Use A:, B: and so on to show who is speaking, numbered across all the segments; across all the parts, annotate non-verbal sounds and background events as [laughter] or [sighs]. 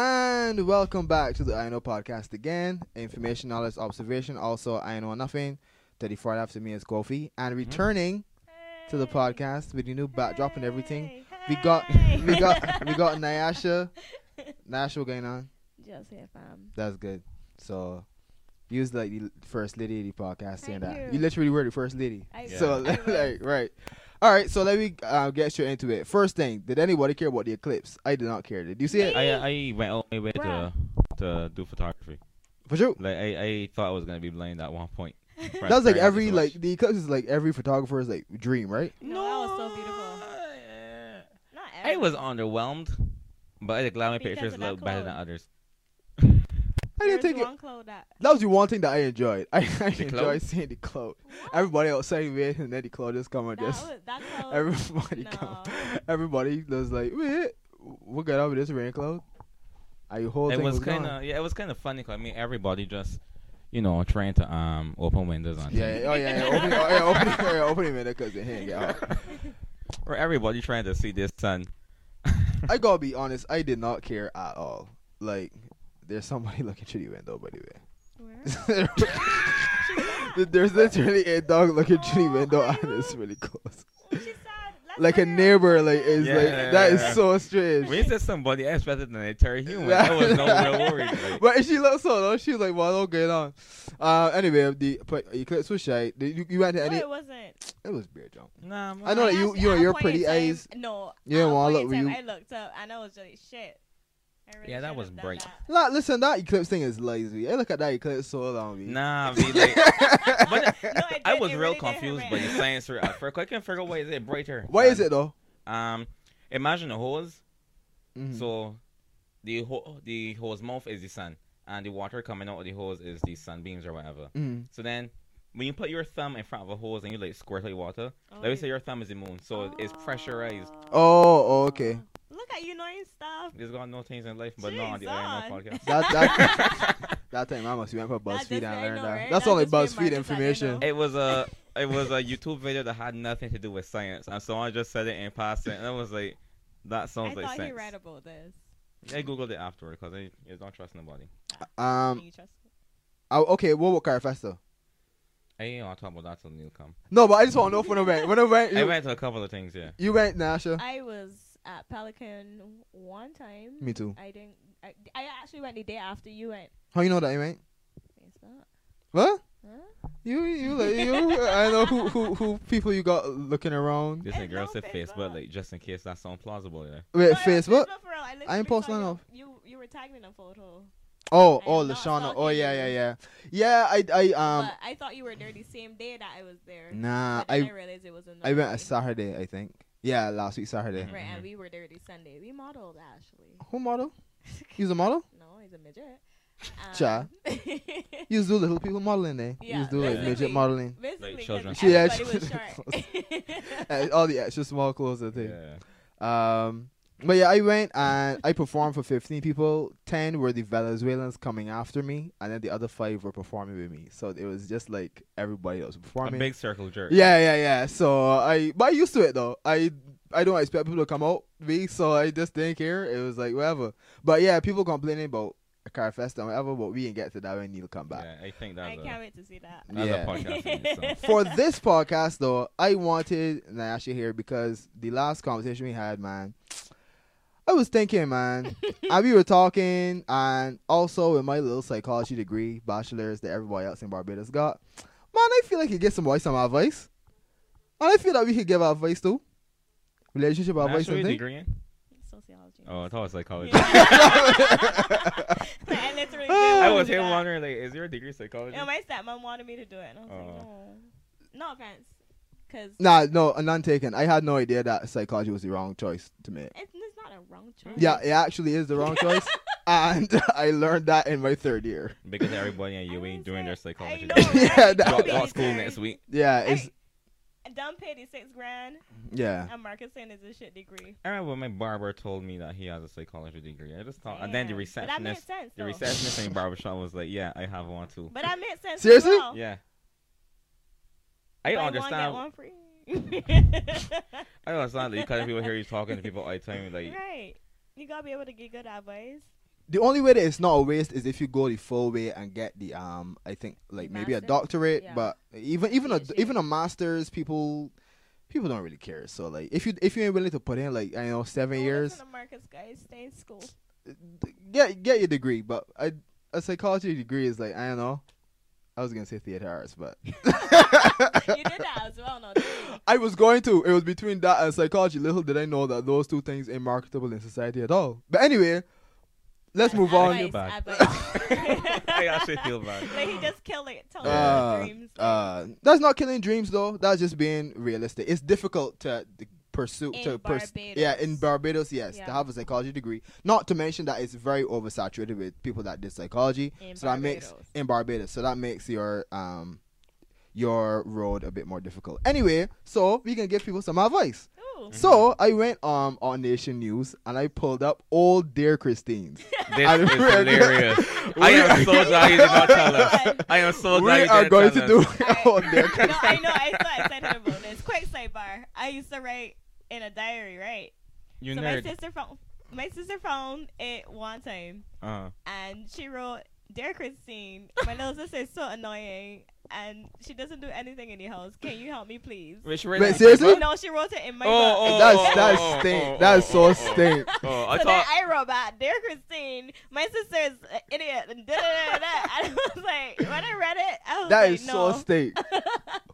A: And welcome back to the I Know podcast again. Information, knowledge, observation. Also, I Know Nothing. 34 after me is Kofi. And returning to the podcast with your new backdrop and everything. We got, [laughs]
B: [laughs]
A: we got, we got Nyasha. Nyasha, what going on?
B: Just here, fam.
A: That's good. So, you was like the first lady of the podcast saying
B: Thank
A: that. You.
B: you.
A: literally were the first lady.
B: I
A: [laughs]
C: Yeah.
A: So,
B: will, I will.
A: like, right. All right, so let me uh, get straight into it. First thing, did anybody care about the eclipse? I did not care. Did you see it?
C: I I went all my way
B: Bruh.
C: to to do photography.
A: For sure.
C: Like I, I thought I was gonna be blind at one point. Right,
A: That was like
C: right after
A: every
C: so
A: like
C: much.
A: the eclipse is like every photographer's like dream, right?
B: No, that was so beautiful.
C: uh,
B: Not
C: I
B: every-
C: was underwhelmed, but I glad my
B: Because
C: pictures
B: of that
C: look better than
B: clothes.
C: others.
A: I
B: There
A: didn't
B: was
A: take it.
B: one clothes that.
A: That was the one thing that I enjoyed. [laughs] I, I
C: The
A: enjoyed
C: cloud?
A: seeing the cloud.
B: What?
A: Everybody outside weird, and then the cloud just come and
B: That
A: just
B: was
A: [laughs]
B: that clothes. [laughs]
A: everybody
B: no.
A: come. Everybody was like, wait, we got out of this rain cloud. I whole
C: It
A: thing
C: was
A: was gone.
C: kind of yeah, it was kind of funny. 'cause, I mean, everybody just you know trying to um open windows on.
A: Yeah,
C: things.
A: yeah, oh yeah, yeah. Open, oh, yeah, open, oh, yeah, open it, man, because it ain't get out.
C: [laughs] or everybody trying to see this
A: [laughs]
C: sun.
A: I gotta be honest, I did not care at all. Like, there's somebody [laughs] looking through the window, by the way.
B: Where?
A: There's literally a dog looking through the
B: Oh,
A: window
B: I
A: and it's
B: know.
A: really close.
B: She said, "Let's
A: Like a
B: hurry up."
A: neighbor, like is
C: Yeah,
A: like
C: yeah,
A: that is
C: yeah.
A: so strange.
C: when you said somebody, I expected an entire human. I was no real
A: [laughs]
C: worried. Like,
A: but she looked so though. She was like, "Well, don't get on." Uh, anyway, the but eclipse was shite. Did you, you went to
B: No,
A: any?
B: it wasn't.
A: It was beer jump.
C: nah,
A: I know that
B: I
A: you-
B: actually-
A: you and
B: at a
A: your
B: point in
A: pretty
B: time-
A: eyes-
B: No.
A: You didn't
B: at a
A: wanna
B: point
A: look
B: in
A: where
B: time,
A: you-
B: I looked up and I was just like, shit. I really
C: Yeah, that
B: should
C: was
B: have done
C: bright.
B: that.
A: Nah, listen, that eclipse thing is lazy. I look at that eclipse so long. me.
C: Nah, be
A: [laughs]
C: like, but
B: [laughs] No, it
C: [laughs] I
B: [laughs] did,
C: was
B: it
C: real
B: really did hurt
C: confused
B: my
C: by the
B: [laughs] eyes.
C: science for at first. I couldn't figure out why is it brighter.
A: Why is
C: than-
A: it though?
C: Um, imagine a hose.
A: Mhm.
C: So, the ho- the hose mouth is the sun, and the water coming out of the hose is the sunbeams or whatever.
A: Mhm.
C: So then, when you put your thumb in front of a hose and you like squirt out water,
B: Oh,
C: let me
B: you-
C: say your thumb is the moon, so it's pressurized.
A: Oh, oh, okay.
B: Look at you knowing stuff.
C: There's got no things in life, but not on the I know
B: Jesus.
C: podcast.
A: That
C: [laughs]
A: that that time I must went for
B: That just
A: BuzzFeed and
B: I know,
A: learned that.
B: right?
A: That's
B: That
A: only
B: just made my
A: BuzzFeed
B: just like, I
A: information.
B: know.
C: It was a it was a YouTube video that had nothing to do with science, and someone just said it in passing, and I was like, that
B: I
C: sounds
B: thought
C: like
B: he
C: sense.
B: read about this.
C: I googled it afterward because I, I don't trust nobody.
B: Can
A: Um.
B: you trust me?
A: I, okay. What about Carfesto?
C: I ain't gonna talk about that till Neil come.
A: No, but I just want to know when I went. When I went,
C: I
A: you,
C: went to a couple of things, yeah.
A: you went Nasha.
B: I was at Pelican one time.
A: Me too.
B: I didn't. I, I actually went the day after you went.
A: How you know that you went?
B: It's not.
A: What?
B: Huh?
A: You you like you? I know who who who people you got looking around.
C: This
B: It's
C: nigga girl
B: not
C: said
B: Facebook.
C: Facebook, like just in case that sound plausible, yeah.
A: Wait,
B: No, it was
A: Facebook.
B: for real. literally
A: I ain't post
B: saw
A: none
B: you-
A: of-
B: You you were tagging a photo.
A: Oh
B: I
A: oh
B: am not
A: Lashana. Oh
B: stalking
A: yeah
B: you.
A: yeah yeah yeah. I I um
B: but I thought you were there the same day that I was there.
A: nah.
B: but then I,
A: I
B: realized it was another.
A: I went Mm-hmm.
B: day.
A: a Saturday I think. Yeah, last week Saturday.
C: Mhm.
B: Right, and we were there the Sunday. We modeled actually.
A: Who model? You's a model?
B: no, he's a midget.
A: [laughs]
B: [laughs]
A: Cha.
B: Um,
A: You do little people modeling there. You
B: Yeah,
A: do like midget
B: basically.
A: modeling.
B: Basically,
C: Like children.
B: 'cause
A: She
B: everybody was
A: [laughs] Eh,
B: short.
A: All the extra small clothes I think.
C: Yeah.
A: Um, but yeah, I went and I performed for 15 people. 10 were the Venezuelans coming after me, and then the other five were performing with me. So it was just like everybody that was
C: A
A: performing.
C: big circle jerk.
A: yeah, yeah, yeah. So I, but I used to it though. I, I don't expect people to come out me, so I just didn't care. It was like whatever. But yeah, people complaining about Carfest and whatever, but we didn't get to that when Neil come back.
C: Yeah, I think
B: [laughs] I
C: that's
B: can't
C: a,
B: wait to see that.
C: that's
A: Yeah.
C: a podcast.
B: [laughs]
C: in itself.
A: for this podcast though, I wanted Nyasha here because the last conversation we had, man, I was thinking, man, and we were talking, and also in my little psychology degree, bachelor's that everybody else in Barbados got, man, I feel like you get somebody some advice, and I feel that we could give advice too, relationship
C: Nah,
A: advice
C: should we
A: and things.
C: degree in?
B: Sociology.
C: Oh,
B: [laughs]
C: I thought it was psychology.
B: Like, I
C: [laughs]
B: literally.
C: I
B: did
C: was
B: do
C: here
B: that.
C: wondering, like, is your degree psychology?
B: And my stepmom wanted me to do it, and I was like,
C: Oh.
B: no, no offense, because
A: Nah, no, none taken. I had no idea that psychology was the wrong choice to make.
B: it's, it's not a wrong choice.
A: Yeah, it actually is the wrong choice, and [laughs] I learned that in my third year.
C: because everybody in
B: [laughs] I
C: UAE
B: was
C: doing their
B: like,
C: psychology.
B: I know,
C: degree.
B: right? [laughs]
A: Yeah, that-
B: Don't
C: Drop
B: be
C: out school
B: sorry.
C: next week.
A: Yeah,
B: Hey,
A: it's
B: I done paid the six grand,
A: yeah.
B: and Marcus saying it's a shit degree.
C: I remember my barber told me that he has a psychology degree. I just thought, Oh, and then the
B: Damn. But that made
C: receptionist,
B: sense.
C: the
B: though.
C: receptionist in the barbershop was like, "Yeah, I have one too."
B: But that made sense. as
A: Seriously?
B: well.
C: Yeah. I
B: Buy
C: understand.
B: One, get one free. [laughs]
C: I
B: [laughs]
C: understand that you kind of people hear you talking to people all the time. Like,
B: right. You gotta be able to get good advice.
A: the only way that it's not a waste is if you go the full way and get the um I think like
B: The
A: maybe a
B: master?
A: doctorate,
B: Yeah.
A: but even even a
B: PhD.
A: even a masters people people don't really care. So like if you if you ain't willing to put in like I know seven
B: Oh,
A: years,
B: Listen to Marcus, guys. Stay in school.
A: get get your degree. But I, a psychology degree is like I don't know. I was gonna say theater arts, but [laughs]
B: You did that as well, no? didn't you?
A: I was going to. It was between that and psychology. Little did I know that those two things ain't marketable in society at all. But anyway, [laughs] let's move
C: I
A: on.
C: feel
B: Advice,
C: bad. [laughs]
B: advice.
C: I actually
B: [laughs]
C: feel bad.
B: Like he just killed it. Tell
A: Uh,
B: him his dreams.
A: Uh, that's not killing dreams though. That's just being realistic. It's difficult to to pursue
B: In
A: to pers-
B: Barbados.
A: yeah in Barbados. Yes, to
B: Yeah.
A: have a psychology degree. Not to mention that it's very oversaturated with people that did psychology.
B: In
A: so that makes
B: Barbados.
A: in Barbados. So that makes your um your road a bit more difficult. Anyway, so we can give people some advice.
B: Ooh.
C: Mm-hmm. Mm.
A: So I went um on Nation News and I pulled up old dear
C: [laughs]
A: Christine's.
C: This
A: I [laughs]
C: is
A: read-
C: hilarious. I am so glad you did not tell
A: [laughs]
C: us. I am so
A: we
C: glad you
A: are
C: didn't
A: going
C: tell
A: to do
C: us.
A: [laughs] old
B: Alright.
A: dear
B: no,
A: Christine.
B: I know. I saw excited about this. Quick sidebar. I used to write in a diary, right?
C: You
B: so my
C: nerd.
B: sister found my sister found it one time,
C: Uh,
B: and she wrote, "Dear Christine, my little sister is so annoying, and she doesn't do anything in the house. Can you help me, please?"
C: which Wait,
A: seriously?
B: No, she wrote it in my book.
C: Oh, oh,
A: That's
C: oh,
A: that's
C: oh,
A: stink.
C: oh,
A: that's
C: oh,
A: so
C: oh,
A: stink.
C: Oh, I thought.
B: so then I wrote back, "Dear Christine, my sister is an idiot." And, da, da, da, da, da. and I [laughs] was like, when I read it, I was
A: That
B: like,
A: is
B: "No,
A: so
B: [laughs]
A: stink.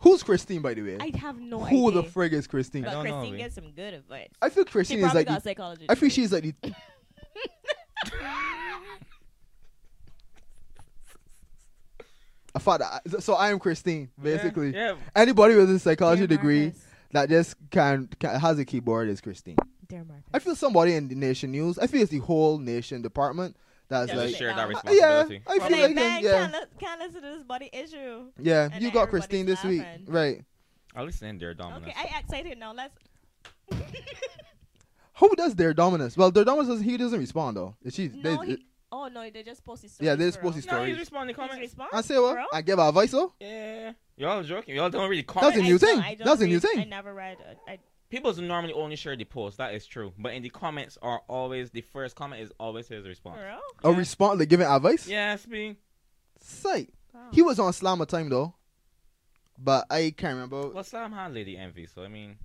A: Who's Christine by the way?
B: I have no
A: Who
B: idea."
A: the frig is Christine?
C: I
A: I,
C: don't
B: but
C: know,
B: Christine
C: babe.
B: gets some good advice.
A: feel
B: She
A: Christine is
B: probably
A: like
B: got
A: the,
B: psychology.
A: I feel
B: degree.
A: she's like
B: [laughs]
A: the, I thought that, so I am Christine basically.
C: Yeah.
A: Anybody with a psychology
B: Dear
A: degree
B: Marcus.
A: that just can, can has a keyboard is Christine.
B: Dear Marcus.
A: I feel somebody in the nation news. I feel it's the whole nation department that's
B: Yeah,
C: yeah.
A: like
C: Just
B: it
C: share that
B: out.
A: Uh, yeah,
C: responsibility.
A: I
B: They're
A: feel
B: like,
A: like
B: man,
A: yeah,
B: can't, li- can't listen to this body issue.
A: yeah.
B: and
A: You
B: then
A: got Christine this
B: everybody's
A: week,
B: laughing.
A: right?
C: At least in there, Dominus.
B: Okay, I excited now. Let's.
A: Who does their dominus? Well, their dominus doesn't, he doesn't respond though. She,
B: [laughs] no,
A: they,
B: he, oh no, they just posted. Stories,
A: Yeah, they just
B: bro.
A: posted
C: no,
A: stories.
C: he's responding to
B: His
C: comments.
B: response,
A: I say what?
B: bro?
A: I give her advice though.
C: Yeah. Y'all joking. Y'all don't really
A: That's
C: comment.
A: a
B: I
A: new
B: don't-
A: thing.
B: I don't
A: That's a new
B: read-
A: thing.
B: I never read. it. I,
C: People normally only share the post. That is true. But in the comments are always the first comment is always his response.
B: bro.
A: A response, like giving advice.
C: Yeah, speak.
A: Sight.
B: Wow.
A: He was on Slammer time though, but I can't remember.
C: Well, Slam had Lady Envy, so I mean,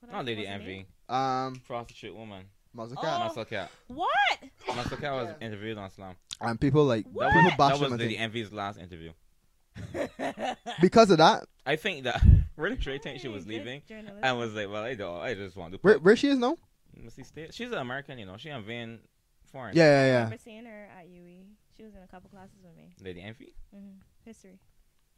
B: What
C: not
B: else
C: Lady
B: was it
C: Envy,
A: Um,
C: prostitute woman.
A: Mazuka.
B: Oh.
C: Muscle Cat.
B: named?
C: [laughs]
B: What?
C: Muscle Cat was
A: Yeah.
C: interviewed on Slam.
A: and people like
B: What?
A: people bash
C: That was
A: him. I
C: Lady
A: think.
C: Envy's last interview.
A: Because of that,
C: I think that [laughs] really sure think she was
B: Hey, good
C: leaving. Um,
B: journalism.
C: I was like, well, I don't. I just want to.
A: where,
C: Put,
A: where she is now?
C: Missy State. She's an American, you know. She ain't van foreign.
A: Yeah,
B: I
A: yeah, yeah.
B: remember seeing her at UE. She was in a couple classes with me.
C: Lady Envy.
B: hmm History.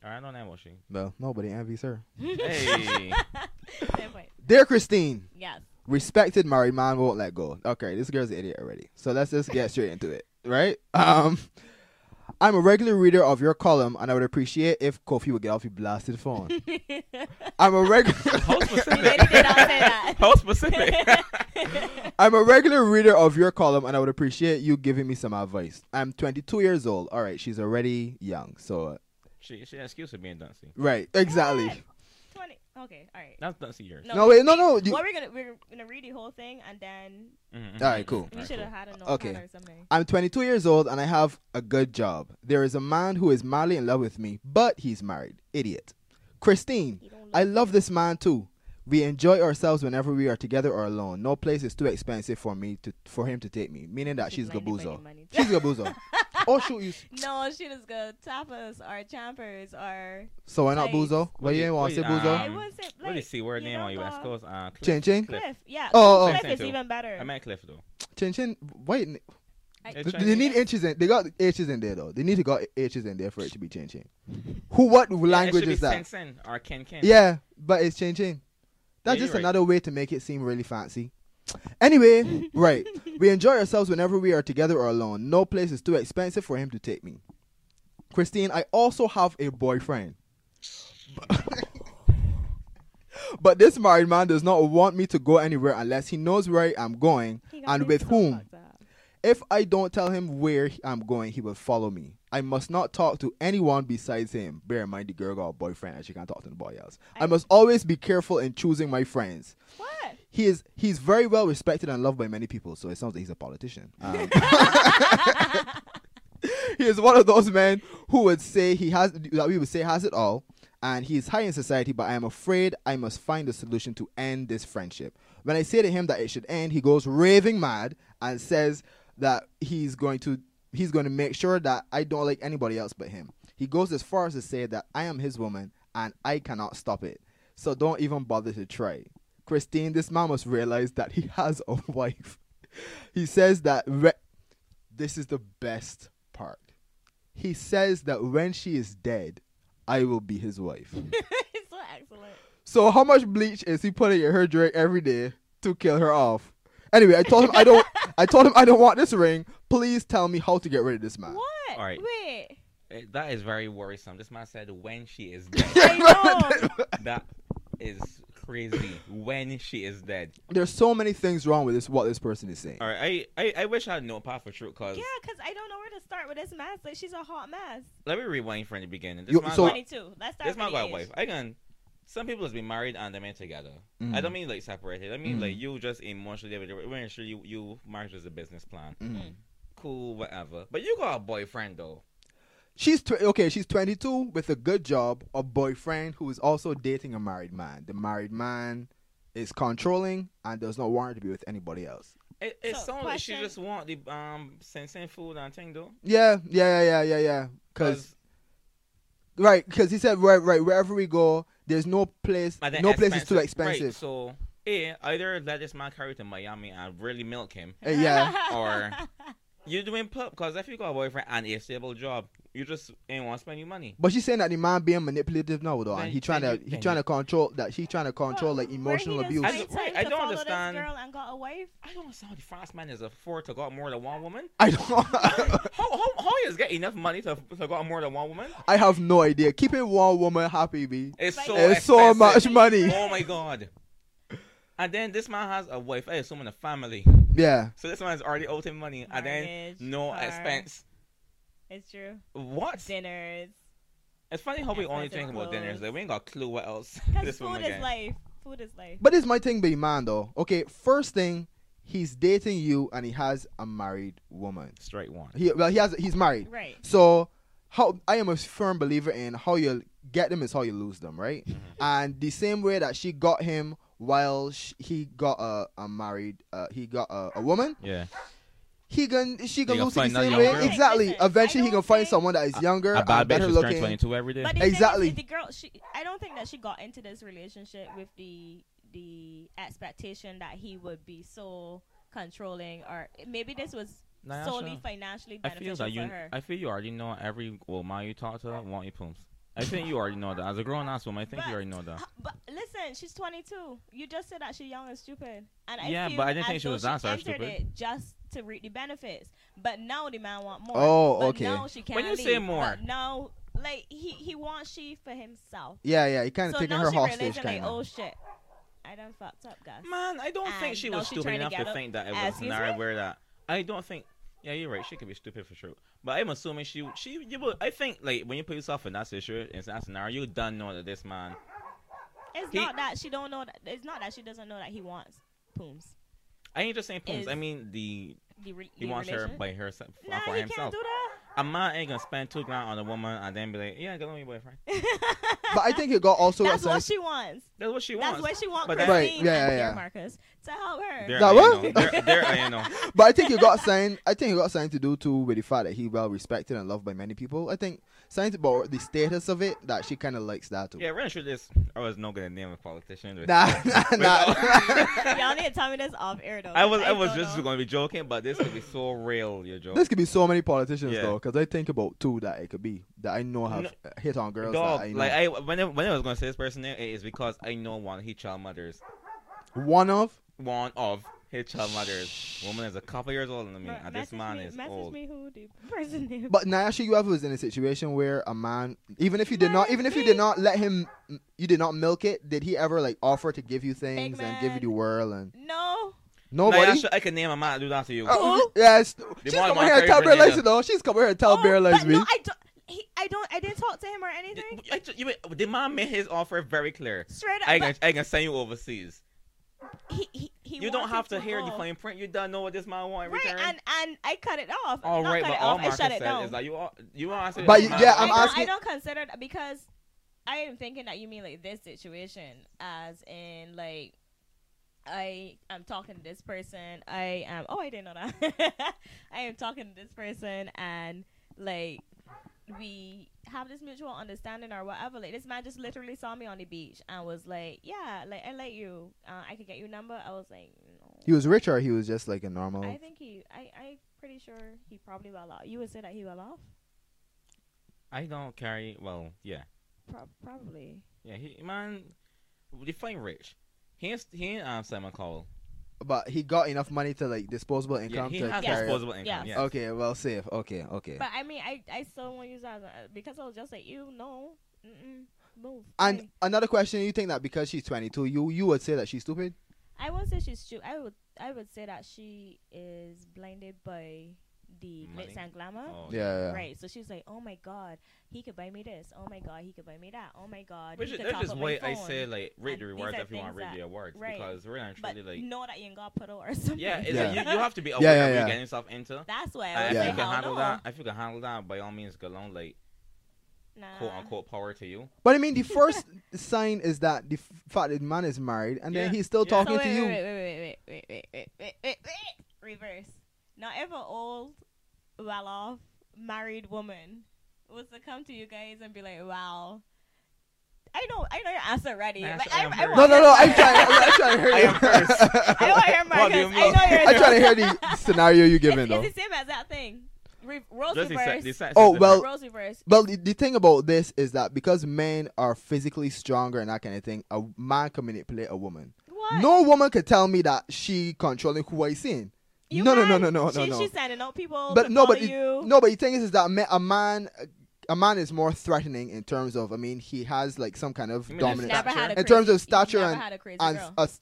C: All right, I don't know what she.
A: [laughs] No, nobody envies her.
C: Hey.
B: [laughs] Fair point.
A: Dear Christine,
B: Yes.
C: [laughs]
A: respected married man won't let go. Okay, this girl's an idiot already. So let's just get straight into it, right? [laughs] Um, I'm a regular reader of your column, and I would appreciate if Kofi would get off your blasted phone.
B: [laughs] you really did
A: I'm a regular,
C: How specific?
B: not
C: [laughs]
B: say that.
C: How specific?
A: [laughs] [laughs] I'm a regular reader of your column, and I would appreciate you giving me some advice. I'm 22 years old. All right, she's already young. So uh,
C: she she excuse for being Duncy.
A: right, exactly.
B: What? 20. Okay, all right.
C: That's Duncy years.
A: No, wait, no, no.
B: What
A: You,
B: we're gonna we're gonna read the whole thing and then
C: Mm-hmm.
A: All right, cool.
B: we should have had a note
A: Okay.
B: or something.
A: I'm 22 years old and I have a good job. There is a man who is madly in love with me, but he's married. Idiot. Christine,
B: You don't
A: I love this man too. We enjoy ourselves whenever we are together or alone. No place is too expensive for me to for him to take me. Meaning that she's
B: blinded by the
A: gabuzo.
B: money.
A: She's gabuzo. oh shoot, you. s-
B: [laughs] no, she just go tapas or champers or.
A: So why not
B: Please.
A: buzo? Why
C: Wait,
A: you ain't want to say
C: wait,
A: buzo?
B: I
C: Um,
B: was it
C: What
B: like
C: is C word
B: you
C: name
B: know,
C: on US
B: uh,
C: Coast? Uh, Cliff.
A: Chin chin,
C: Cliff.
B: Cliff. Yeah.
A: Oh,
B: Oh,
A: oh.
B: Cliff
C: Same
B: is
C: too.
B: even better.
C: I meant Cliff though.
A: chin chin. Wait, n-
B: I-
C: It's
A: th-
C: Chin
A: they
C: chin.
A: need H's in. They got H's in there though. They need to got H's in there for it to be chin chin. Who? What language
C: yeah, it
A: is
C: should be
A: that?
C: Sen Sen or Ken Ken.
A: Yeah, but it's changing. That's
C: you're
A: just
C: right.
A: another way to make it seem really fancy.
C: [laughs]
A: Anyway, right. We enjoy ourselves whenever we are together or alone. No place is too expensive for him to take me. Christine, I also have a boyfriend. [laughs] but this married man does not want me to go anywhere unless he knows where I'm going
B: He got
A: and
B: me
A: with
B: so
A: whom.
B: fucked up.
A: If I don't tell him where he- I'm going, he will follow me. I must not talk to anyone besides him. Bear in mind, the girl got a boyfriend and she can't talk to nobody else. I,
B: I-
A: must always be careful in choosing my friends.
B: What? [laughs]
A: he is he's very well respected and loved by many people. So it sounds like he's a politician. Um, he is one of those men who would say he has that we would say has it all, and he is high in society. But I am afraid I must find a solution to end this friendship. When I say to him that it should end, he goes raving mad and says that he's going to he's going to make sure that I don't like anybody else but him. He goes as far as to say that I am his woman and I cannot stop it. So don't even bother to try. Christine, this man must realize that he [laughs] has a wife. He says that re- this is the best part. He says that when she is dead, I will be his wife. [laughs]
B: it's so excellent.
A: so how much bleach is he putting in her drink every day to kill her off? Anyway, I told him I don't. I told him I don't want this ring. Please tell me how to get rid of this man.
B: What?
C: All right.
A: [laughs]
B: Wait.
C: Eh, That is very worrisome. This man said when she is [laughs] dead.
B: I know.
C: that is crazy. When she is dead.
A: There's so many things wrong with this. What this person is saying.
C: All right. I, I, I wish I had no path for truth because
B: yeah, because I don't know where to start with this mess. Like, she's a hot mess.
C: let me rewind from the beginning. This
A: You-
C: man
A: so-
C: got,
B: 22. Let's start
C: this
B: from
C: man
B: the
C: got a
B: age.
C: wife. I can. Some people has been married and they're together. I
A: Mm,
C: don't mean like separated. I mean
A: Mhm.
C: like you just emotionally. We're sure you you marriage is a business plan.
A: mm.
C: Cool, whatever. But you got a boyfriend though.
A: She's tw- okay. She's 22 with a good job, a boyfriend who is also dating a married man. The married man is controlling and does not want her to be with anybody else.
C: It, it
B: So,
C: sounds like she
B: question-
C: just want the um sensing food and thing though.
A: Yeah, yeah, yeah, yeah, yeah, yeah. Because right, because he said right, right. Wherever we go, there's no place.
C: But they're
A: No place is too
C: Right,
A: expensive.
C: so yeah, either let this man carry to Miami and really milk him,
A: Eh, yeah.
B: [laughs]
C: or you doing pub because if you got a boyfriend and a stable job, you just ain't want to spend your money.
A: But she's saying that the man being manipulative now, though,
C: Then-
A: and he trying
C: then
A: to
C: you-
A: he
C: then
A: trying
C: you-
A: to control that she trying to control like
B: Where he
A: emotional
B: just
A: abuse.
C: I
B: made
C: don't- right,
B: time
C: I
B: to
C: don't
B: follow
C: understand.
B: This girl and got a wife.
C: I don't understand how the fast man is afford to got more than
A: [laughs]
C: one woman.
A: I
C: how,
A: don't. [laughs]
C: how how he is get enough money to to got more than one woman?
A: I have no idea. Keeping one woman happy, be
C: It's
B: Like-
C: so
A: it's so
C: expensive.
A: much money.
C: Oh my god. And then this man has a wife, I assume, and a family.
A: Yeah,
C: So this man's already owed him money, and then
B: Mortgage,
C: no
B: car.
C: expense.
B: It's true.
C: What?
B: Dinners.
C: It's funny how we only
B: Expensive
C: think about dinners.
B: clothes.
C: Like we ain't got a clue what else [laughs]
B: Because
C: this
B: food
C: woman
B: is
C: getting.
B: life. Food is life.
A: but it's my thing, being man though. Okay, first thing, he's dating you, and he has a married woman.
C: Straight
B: [laughs]
C: one.
A: He well, he has he's married.
B: Right.
A: So how I am a firm believer in how you get them is how you lose them, right?
C: Mhm.
A: And the same way that she got him while sh he got a, a married, uh, he got a, a woman.
C: Yeah.
A: He can she can
C: gonna
A: lose it
C: find
A: the
C: another
A: same
C: young
A: way.
C: girl.
A: Exactly.
B: Listen,
A: Eventually,
B: I
A: he can
B: don't
A: find
B: think-
A: someone that is younger,
C: A bad
A: and
C: bitch
A: better
C: is turning
A: looking.
C: 22 every day.
B: uh, But the thing is,
A: Exactly.
B: the girl, she, I don't think that she got into this relationship with the the expectation that he would be so controlling, or maybe this was
C: Nyasha,
B: solely financially
C: I feel
B: beneficial
C: that you.
B: for her.
C: I feel you already know every woman you talk to want your pooms. I think you already know that. As a grown ass woman, I think
B: But-
C: you already know
B: [laughs]
C: that.
B: Uh, But listen, she's 22. You just said that she's young and stupid, and I
C: Yeah,
B: feel
C: but I didn't
B: as
C: think she
B: though
C: was that sort of
B: entered
C: stupid.
B: It just to reap the benefits, but now the man want more.
A: Oh,
B: But
A: okay.
B: Now she can't
C: When you say
B: leave,
C: more-
B: but now like he he wants she for himself.
A: Yeah, yeah. He kind of
B: so
A: taking
B: now
A: her
B: she
A: hostage,
B: realizing like,
A: kind of.
B: oh shit, I done fucked up, guys.
C: Man, I don't think
B: And
C: she
B: now
C: was
B: she
C: stupid
B: trying to
C: enough to
B: get up-
C: think that it was a
B: Excuse
C: scenario
B: me?
C: where that. I don't think. Yeah, you're right. She could be stupid for sure. But I'm assuming she. She. You would. I think like when you put yourself in that situation, in that scenario, you done know that this man.
B: It's
C: He-
B: not that she don't know. That, it's not that she doesn't know that he wants pooms.
C: I ain't just saying pooms. I
B: Is-
C: mean the.
B: The re-
C: He
B: the
C: wants her
B: relation-
C: by herself
B: Nah,
C: for
B: he
C: himself.
B: can't do
C: A man ain't gonna spend two grand on a woman and then be like, yeah, get on your boyfriend.
B: that.
A: But
B: [laughs]
A: I think it got also
B: that's
A: a
B: what
A: sense-
B: she wants.
C: That's what she
B: That's
C: wants.
B: what she wants.
C: But
B: But
C: that-
A: Right,
B: Christine
A: yeah,
B: and
A: yeah,
B: dear
A: yeah.
B: Marcus to help her.
C: There,
A: That
C: I
A: what?
C: know. There, there I know.
A: But I think you got something. I think you got something to do too with the fact that he well respected and loved by many people. I think something about the status of it that she kind of likes that too.
C: Yeah, we're gonna shoot this. I was not gonna name a politician. but- [laughs]
A: Nah, [laughs] nah,
C: but-
A: nah.
B: [laughs] Y'all need to tell me this off air though.
C: I was,
B: 'cause
C: I was
B: don't
C: just
B: know.
C: gonna be joking, but this could be so real. Your joke.
A: This could be so many politicians
C: Yeah.
A: though, because I think about two that it could be that I know have
C: No.
A: uh, hit on girls.
C: Dog,
A: that I know.
C: like I when I, when I was gonna say this person name, it is because I know one of his child mothers,
A: one of
C: one of his child mothers. Woman is a couple years older than me,
B: Me-
C: and this
B: message
C: man
B: me,
C: is
B: message
C: old.
B: me who the person is.
A: But Nyasha, you ever was in a situation where a man, even if you did not,
B: Man,
A: even if you did
B: please.
A: not let him, you did not milk it. Did he ever like offer to give you things and give you
B: man.
A: the whirl and
B: no,
A: nobody?
C: Nyasha, I can name a man to do that to you.
A: Oh,
B: Who?
A: yes, she's
C: one
A: coming
C: Mark
A: here and tell Bear
C: Perry
A: lies,
C: Virginia.
A: you know. She's coming here and tell
B: Oh,
A: Bear lies
B: but
A: me.
B: No, I don't. He, I don't. I didn't talk to him or anything.
C: I ju- you- the man made his offer very clear.
B: Straight up.
C: I
B: but-
C: can, I can send you overseas.
B: he, he, he
C: You don't
B: wanted
C: have to hear
B: go.
C: the fine print. You don't know what this man want in
B: Right,
C: return.
B: and and I cut it off.
C: all
B: Not
C: right,
B: cut
C: but
B: it
C: all
B: off, I
C: Marcus
B: shut
C: said
B: it down.
C: is like you are you are answering.
A: But
C: this
A: you-
C: man-
A: yeah, I'm
B: I don't,
A: asking-
B: I don't consider that because I am thinking that you mean like this situation, as in like I am talking to this person. I am. Oh, I didn't know that. [laughs] I am talking to this person, and like we have this mutual understanding or whatever. Like this man just literally saw me on the beach and was like, "Yeah, like I like you. Uh, I could get your number." I was like, "No."
A: He was rich or he was just like a normal.
B: I think he. I. I pretty sure he probably well off. You would say that he well off.
C: I don't carry. Well, yeah,
B: Pro- probably.
C: yeah. He man, define rich. He ain't he ain't um, Simon Cowell.
A: but he got enough money to like disposable
C: Yeah,
A: income
C: he
A: to
C: has
B: Yes.
A: carry.
C: disposable income.
B: Yes.
C: Yes.
A: Okay, well, safe. Okay, okay.
B: But I mean, I, I still won't use that as a- because I was just like, you know, mm-mm, move.
A: and
B: away."
A: another question: You think that because she's 22, you you would say that she's stupid?
B: I won't say she's stupid. I would I would say that she is blinded by the glitz
C: Money.
B: and glamour.
C: Oh,
A: Yeah. yeah.
B: Right, so she was like, "Oh my God, he could buy me this. Oh my God, he could buy me that. Oh my God,
C: Which
B: he
C: is,
B: could
C: that's
B: top
C: just
B: up
C: why
B: my
C: I
B: phone."
C: say like read
B: And
C: the
B: these
C: rewards
B: are
C: if you want to
B: things
C: read the
B: that-
C: awards
B: right.
C: because we're not
B: but
C: truly like
B: know that you ain't got put or [laughs] something.
C: yeah, it's
A: Yeah.
C: Like, you, you have to be aware
A: Yeah,
C: yeah,
A: yeah,
C: of
A: yeah.
C: you're getting yourself into.
B: that's why I
C: And
B: was
C: if
A: Yeah.
B: like,
C: you can
B: "Hell
C: handle
B: no,
C: that, if you can handle that, by all means, galon like
B: nah."
C: quote unquote power to you.
A: But I mean,
B: [laughs]
A: the first sign is that the f- fact that the man is married, and then
C: Yeah,
A: he's still
C: yeah.
A: talking
B: so
A: Oh, to
B: wait,
A: you.
B: Wait, wait, wait, wait, wait, wait, wait, wait, wait, wait. Reverse. Not ever old, well off, married woman was to come to you guys and be like, wow. I know, I know your answer already.
C: Yes,
B: Like,
C: I
B: I,
C: am
B: I,
C: very-
B: want
A: No, no, no!
B: your-
A: I'm trying. I'm,
B: [laughs]
A: I'm trying to hear
C: I
A: you.
C: am first.
B: I want your
C: What do you
B: Marcus. I know
A: [laughs]
B: your
A: I'm trying to hear the scenario you're giving
B: It's,
A: though.
B: it's the same as that thing. Re- roles
C: Just the se-
B: reverse.
C: the sex
A: Oh,
C: is different.
A: well-
B: roles reverse.
A: Well, the, the thing about this is that because men are physically stronger and that kind of thing, a man can manipulate a woman.
B: What?
A: No woman could tell me that she controlling who I seeing.
B: You
A: no, no, no,
B: mad?
A: no, no, no,
B: she,
A: no.
B: She's sending out people.
A: But
B: to
A: no, but
B: follow
A: it-
B: you.
A: No, but the thing is, is that ma- a man, a man is more threatening in terms of. I mean, he has like some kind of
C: You mean the
A: dominant.
B: never had a
A: In terms of
B: crazy-
A: stature
B: never
A: and-
B: had a crazy
A: and
B: girl.
A: as,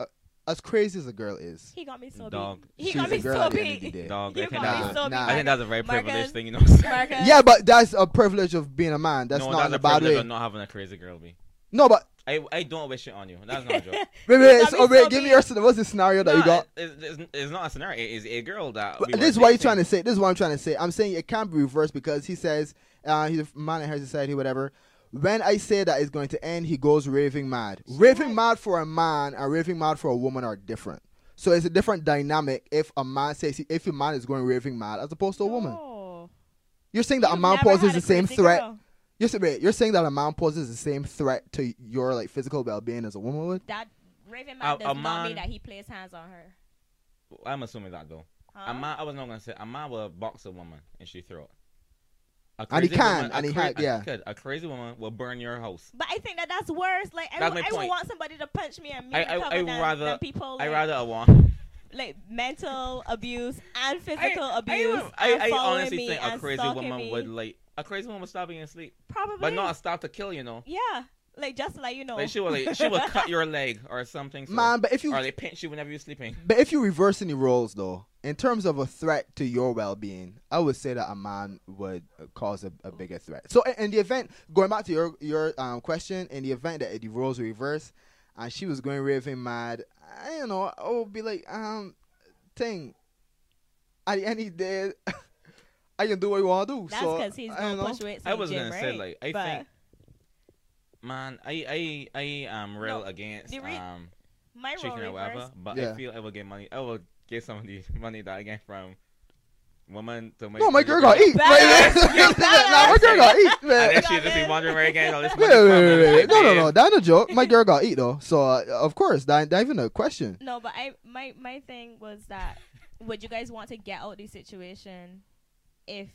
A: uh, as crazy as a girl is,
B: He got me so
C: Dog.
B: beat. He
A: she's
B: got me
A: a girl
B: so
A: at the end of the
B: beat.
A: day.
C: Dog,
B: You
C: I
A: got
C: think,
A: me
C: that's,
A: so
C: a-
A: beat.
C: I think that's a very
B: Marcus.
C: privileged thing, you know. What [laughs] I'm saying?
B: Marcus.
A: Yeah, but that's a privilege of being a man. That's
C: no,
A: not
C: that's
A: in
C: a
A: a bad
C: privilege
A: way.
C: of not having a crazy girl. Be
A: No, but
C: I, I don't wish it on you. That's
A: [laughs]
B: [laughs]
C: not a joke.
A: wait, wait,
B: That'd
A: so,
B: be
A: wait
B: so
A: give me
B: mean.
A: your scenario. What's the scenario that you
C: Nah,
A: got?
C: it- It's, it's, it's not a scenario. It is a girl that.
A: But
C: we
A: this is
C: were
A: what you're trying to
C: dating.
A: say. This is what I'm trying to say. I'm saying it can't be reversed because he says uh, he's a man in her society, whatever. When I say that it's going to end, he goes raving mad. Raving mad for a man and raving mad for a woman are different. So it's a different dynamic if a man says if a man is going raving mad as opposed to a woman.
B: No.
A: You're saying that a
B: You've
A: man
B: never
A: poses
B: had
A: the
B: a
A: same
B: crazy
A: threat.
B: girl.
A: You're saying, wait, you're saying that a man poses the same threat to your like physical well-being as a woman would.
B: That Raven
C: A-
B: man
C: a
B: does not
C: man-
B: mean that he plays hands on her.
C: I'm assuming that though.
B: Huh?
C: A man, I was not gonna say a man will box a woman and she throw it. A
A: And he
C: crazy
A: can,
C: woman- a
A: and he
C: cra-
A: had-
C: a-
A: yeah.
C: could- A crazy woman will burn your house.
B: but I think that that's worse. Like I,
C: That's my
B: would, I would
C: point.
B: want somebody to punch me and me
C: I-
B: to
C: I-
B: cover
C: I
B: than-
C: rather-
B: than people.
C: I
B: like,
C: rather a
B: [laughs]
C: woman.
B: like mental abuse and physical abuse.
C: I,
B: and
C: I
B: following
C: honestly
B: me
C: think a
B: and
C: crazy
B: stalking
C: woman
B: me.
C: would like a crazy woman would stop you in sleep,
B: probably,
C: but not a stop to kill. You know,
B: yeah, like just like you know,
C: like she will like
B: [laughs]
C: she will cut your leg or something. So,
A: Man, but if you
C: or they pinch you whenever you're sleeping.
A: But if you reverse any roles, though, in terms of a threat to your well-being, I would say that a man would uh, cause a, a bigger threat. So, in, in the event, going back to your your um, question, in the event that the roles were reversed and she was going raving mad, I don't know, I would be like, um, thing, at the end of the day, [laughs] I can do what you want to do.
B: that's
A: so,
B: because he's
A: I don't
B: gonna
A: know.
B: push weights.
C: I
B: in the
C: was
B: gym,
C: gonna
B: right?
C: say like I
B: but
C: think, man, I I I am real against
B: the re-
C: um
B: my role
C: chicken or
B: reverse.
C: whatever. But
A: Yeah.
C: I feel I will get money. I will get some of the [laughs] money that I get from woman to make.
A: No, my
C: to
A: girl
C: get-
A: got eat. [laughs] Wait, wait,
B: Better.
A: wait, wait, nah, my girl got eat.
C: And
A: man.
C: then she just be wondering where I get all this
A: Wait, wait,
C: money. from.
A: wait, wait, wait.
C: I'm like,
A: No, no, no.
C: "Damn."
A: That's a joke. My girl got eat though. So, uh, of course, that, that even a question.
B: No, but I my my thing was
C: [laughs]
B: that would you guys want to get out of the situation if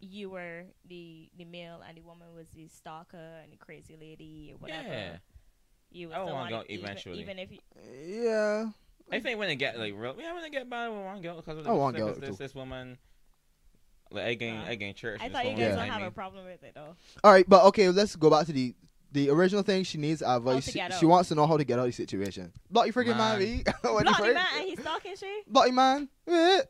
B: you were the the male and the woman was the stalker and the crazy lady or whatever?
C: Yeah.
B: You would
C: I would
B: still
C: wanna
B: want
C: go
B: to even,
C: eventually.
B: even if you,
A: Yeah.
C: I think when it get like real, yeah, when it get bad, we want to go because
A: I wanna go,
C: this
A: Oh, too.
C: this woman. Like I gain I gain church.
B: I
C: and
B: thought you
C: this woman
B: guys
A: Yeah.
B: don't
C: behind
B: have a
C: me.
B: problem with it though.
A: All right, but okay, let's go back to the the original thing. She needs advice.
B: to
A: She,
B: get
A: she
B: out.
A: wants to know how to get out of the [laughs] situation. Block your freaking man,
B: Oh,
A: man.
C: Man.
B: [laughs] Block the man and he's stalking she.
A: Eh. Block your man. Yeah.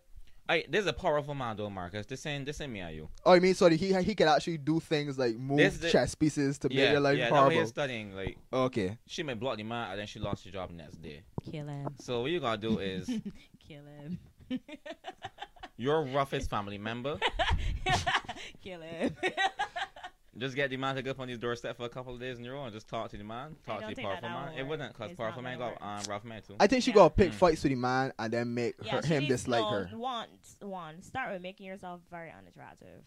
C: I, this is a powerful man, though, Marcus. This ain't this ain't me or you.
A: Oh, I mean, sorry, he he can actually do things like move
C: This the-
A: chess pieces to make
C: yeah,
A: your life
C: yeah. That way he's
A: horrible.
C: studying. Like
A: Okay,
C: she may block the man, and then she lost her job next day.
B: Kill him.
C: So what you gotta do
B: [laughs]
C: is
B: Kill him.
C: your roughest family member.
B: [laughs] Kill him. [laughs]
C: Just get the man to go up on his doorstep for a couple of days in your own. Just talk to the man.
B: I
C: Talk
B: don't
C: to the
B: think that
C: powerful
B: that
C: man.
B: will
C: It
B: work.
C: wouldn't, cause
B: It's not
C: powerful man
B: gonna
C: got um, rough man
B: [laughs]
C: too.
A: I think she
B: Yeah.
A: gotta pick
C: Mm.
A: fights with the man and then make
B: yeah,
A: her, [laughs]
B: she
A: him
B: needs-
A: dislike
B: no,
A: her.
B: One, one. Start with making yourself very unattractive.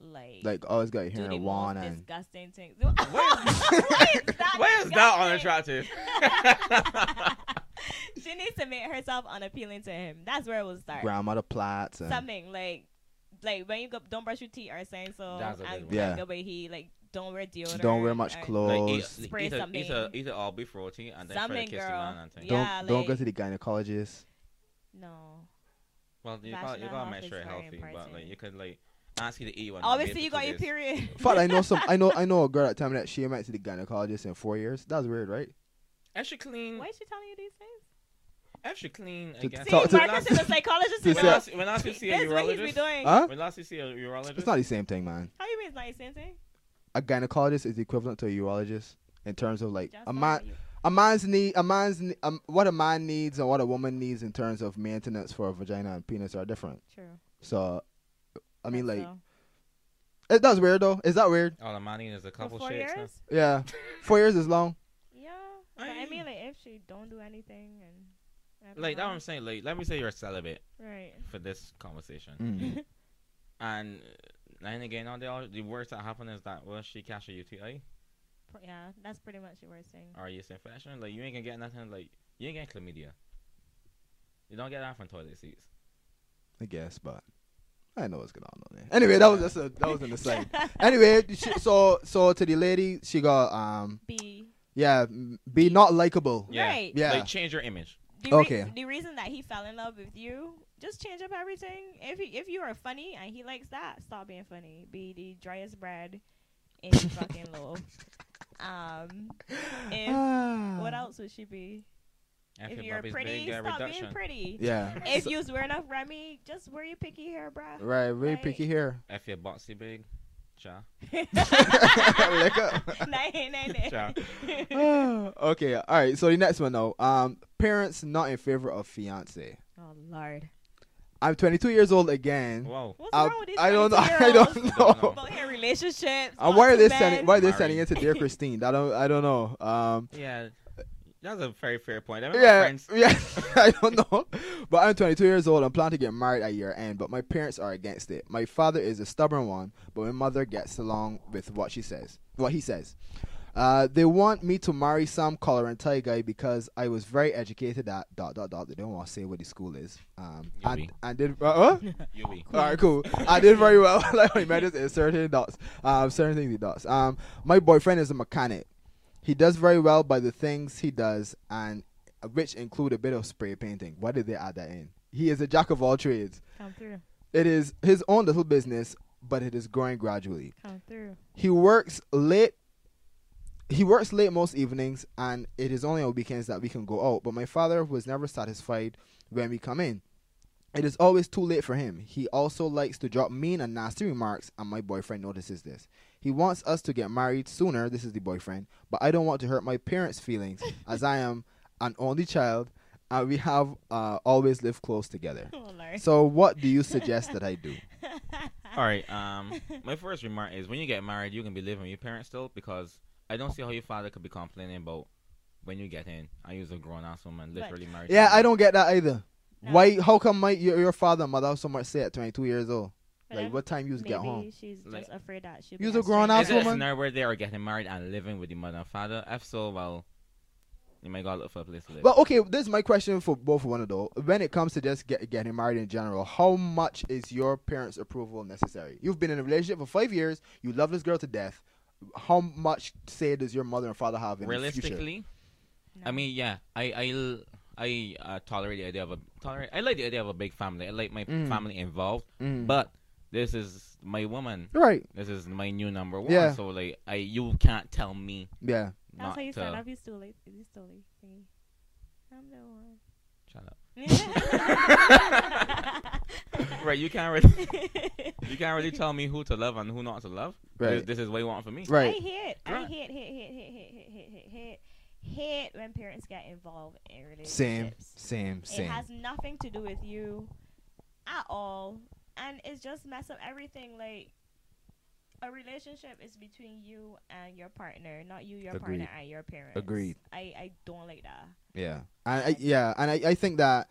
B: Like,
A: Like always got
B: do
A: hearing
B: the
A: a
B: most
A: one and
B: disgusting things. [laughs] Why is that
C: Why is that
B: disgusting?
C: unattractive?
B: [laughs]
C: [laughs]
B: she needs to make herself unappealing to him. That's where it will start.
A: grandmother plats and
B: Something like, like when you go, don't brush your teeth or saying so.
C: That's a good
B: and,
C: one.
A: Yeah.
B: and the way he like don't wear deodorant.
A: don't wear much
B: or-
C: like
A: clothes.
C: eat,
B: Spray
C: eat, a, eat, a,
B: something.
C: eat a all beef roti and then try
B: Something,
C: to kiss the
B: girl.
C: man and things.
A: don't
B: Yeah,
A: don't go
B: like-
A: to the gynecologist.
B: No.
C: Well, you
B: Vaginal
C: gotta, you gotta
B: health
C: make
B: is
C: sure it's
B: very
C: healthy, but like
B: important.
C: you could like ask you to eat one. and
B: Obviously,
C: maybe
B: you
C: two
B: got your
C: days.
B: period.
A: In fact, I know some. I know. I know a girl that told me that she might see the gynecologist in four years. That's weird, right?
C: Extra clean.
B: Why is she telling you these things?
C: Extra clean. I
A: To-
C: guess.
B: See,
A: Talk to-
C: [laughs]
B: Marcus is a psychologist.
A: to
B: as
C: when,
A: sell-
B: well.
C: last, when last you
B: This
C: see a
B: is what he's
C: urologist?
B: been doing.
A: Huh?
C: When last you see a urologist?
A: It's not the same thing, man.
B: How you mean it's not the same thing?
A: A gynecologist is equivalent to a urologist in terms of like
B: Just
A: a
B: like
A: man,
B: you-
A: a man's need, a man's ne- um, what a man needs and what a woman needs in terms of maintenance for a vagina and penis are different.
B: True.
A: So, I mean,
B: That's
A: like
B: all.
A: it, that's weird though. Is that weird?
C: All oh, the money is a
B: For
C: couple
B: four
C: shakes. now.
B: years.
A: Yeah, four years is
B: [laughs]
A: long.
B: Yeah, but I,
C: I-
B: mean, like if she don't do anything and I
C: [laughs]
B: don't
C: Like that's
B: know.
C: what I'm saying. Like let me say you're a celibate
B: right?
C: for this conversation,
A: Mm.
C: and uh, and again, all the all, the worst that happened is that well, she catch a UTI
B: Pr- Yeah, that's pretty much the worst thing.
C: or a yeast infection. Like you ain't gonna get nothing. Like you ain't getting chlamydia. You don't get that from toilet seats.
A: I guess, but I know what's going on there. Anyway, that was just a, that was an aside. anyway, she, so so to the lady, she got um
B: [laughs] B.
A: yeah, m- be not likable.
C: Yeah.
B: Right.
A: Yeah.
C: Like change your image.
B: The re-
A: Okay.
B: the reason that he fell in love with you, just change up everything. If he, if you are funny and he likes that, stop being funny. Be the driest bread in the fucking
A: [laughs]
B: loaf. Um, if what
A: Ah.
B: else would she be?
C: And
B: If
C: your
B: you're
C: bubby's
B: pretty,
C: big, uh,
B: stop being pretty.
A: Yeah.
B: If
A: So-
B: you was wearing enough Remy, just wear your picky hair, bruh.
A: right, very
B: Right.
A: picky here.
C: If you're boxy big, cha.
A: Lick up.
B: [laughs]
A: Ah,
B: Nah, nah, nah.
C: Ciao.
A: okay, all right. So the next one though, um, parents not in favor of fiance.
B: Oh lord.
A: I'm 22 years old again.
C: Whoa.
B: What's
A: I,
B: wrong with these
A: I don't know. [laughs] I
B: 22-year-olds?
A: don't know.
B: About their relationships.
A: And why are they
B: this
A: sending? Why are they
C: Married.
A: sending it to dear Christine? I don't. I don't know. Um,
C: Yeah, that's a very fair point. I
A: yeah, [laughs]
C: yeah. Friends, [laughs]
A: yeah. I don't know, but I'm 22 years old. I'm planning to get married at year end, but my parents are against it. My father is a stubborn one, but my mother gets along with what she says, what he says. Uh, they want me to marry some color and tie guy because I was very educated at dot dot dot. They don't want to say what the school is. Um, and,
C: Yui.
A: and did uh, what?
C: you be.
A: All right, cool. I did very well. [laughs] like when matters is certain dots. Um, certain things he does. Um, my boyfriend is a mechanic. He does very well by the things he does, and which include a bit of spray painting. Why did they add that in? He is a jack of all trades.
B: Come through.
A: It is his own little business, but it is growing gradually.
B: Come through.
A: He works late. He works late most evenings, and it is only on weekends that we can go out. But my father was never satisfied when we come in. It is always too late for him. He also likes to drop mean and nasty remarks, and my boyfriend notices this. He wants us to get married sooner. This is the boyfriend, but I don't want to hurt my parents' feelings as I am an only child, and we have uh, always lived close
B: [laughs]
A: together.
B: Oh lord.
A: So, what do you suggest that I do?
C: All right.
A: [laughs]
C: Um, my first remark is when you get married, you can be living with your parents still because I don't see how your father could be complaining about when you get in. I use a grown ass woman,
B: But-
C: literally married. to
A: Yeah,
C: you.
A: I don't get that either.
B: No.
A: Why? How come my your, your father and mother have so much say at 22 years old?
B: But
A: like,
B: if
A: what time you
B: Maybe
A: get home?
B: she's
C: Like-
B: just afraid that she'll.
A: You's
B: be
A: a grown
C: Is
A: ass
B: estranged.
C: it a
A: woman.
C: scenario where they are getting married and living with the mother and father? If so, well, you may gotta look for a place to live.
A: Well, okay, this is my question for both one of though. When it comes to just get, getting married in general, how much is your parents' approval necessary? You've been in a relationship for five years. You love this girl to death. How much say does your mother and father have in the future?
C: Realistically, I
B: No.
C: mean, yeah, I I l- I, uh, tolerate the idea of a tolerate. I like the idea of a big family. I like my
A: Mm.
C: family involved,
A: Mm.
C: but this is my woman.
A: right?
C: This is my new number one.
A: Yeah.
C: So like, I you can't tell me
A: Yeah.
B: That's
C: not uh,
B: how you
C: to
B: start off. You still late. You still late. thingy. I'm the one.
C: shut up. [laughs]
A: [laughs]
B: [laughs]
C: right, you can't really, you can't really tell me who to love and who not to love. This,
A: Right.
C: this is what you want for me.
B: I
A: Right.
B: hate, I
C: Right.
B: hate, hate, hate, hate, hate, hate, hate, hate, hate, hate when parents get involved in relationships.
A: Same. Same.
B: It
A: Same.
B: has nothing to do with you at all, and it's just mess up everything. Like a relationship is between you and your partner, not you, your
A: Agreed.
B: partner, and your parents.
A: Agreed.
B: I I don't like that.
A: Yeah. And I, yeah, and I, I think that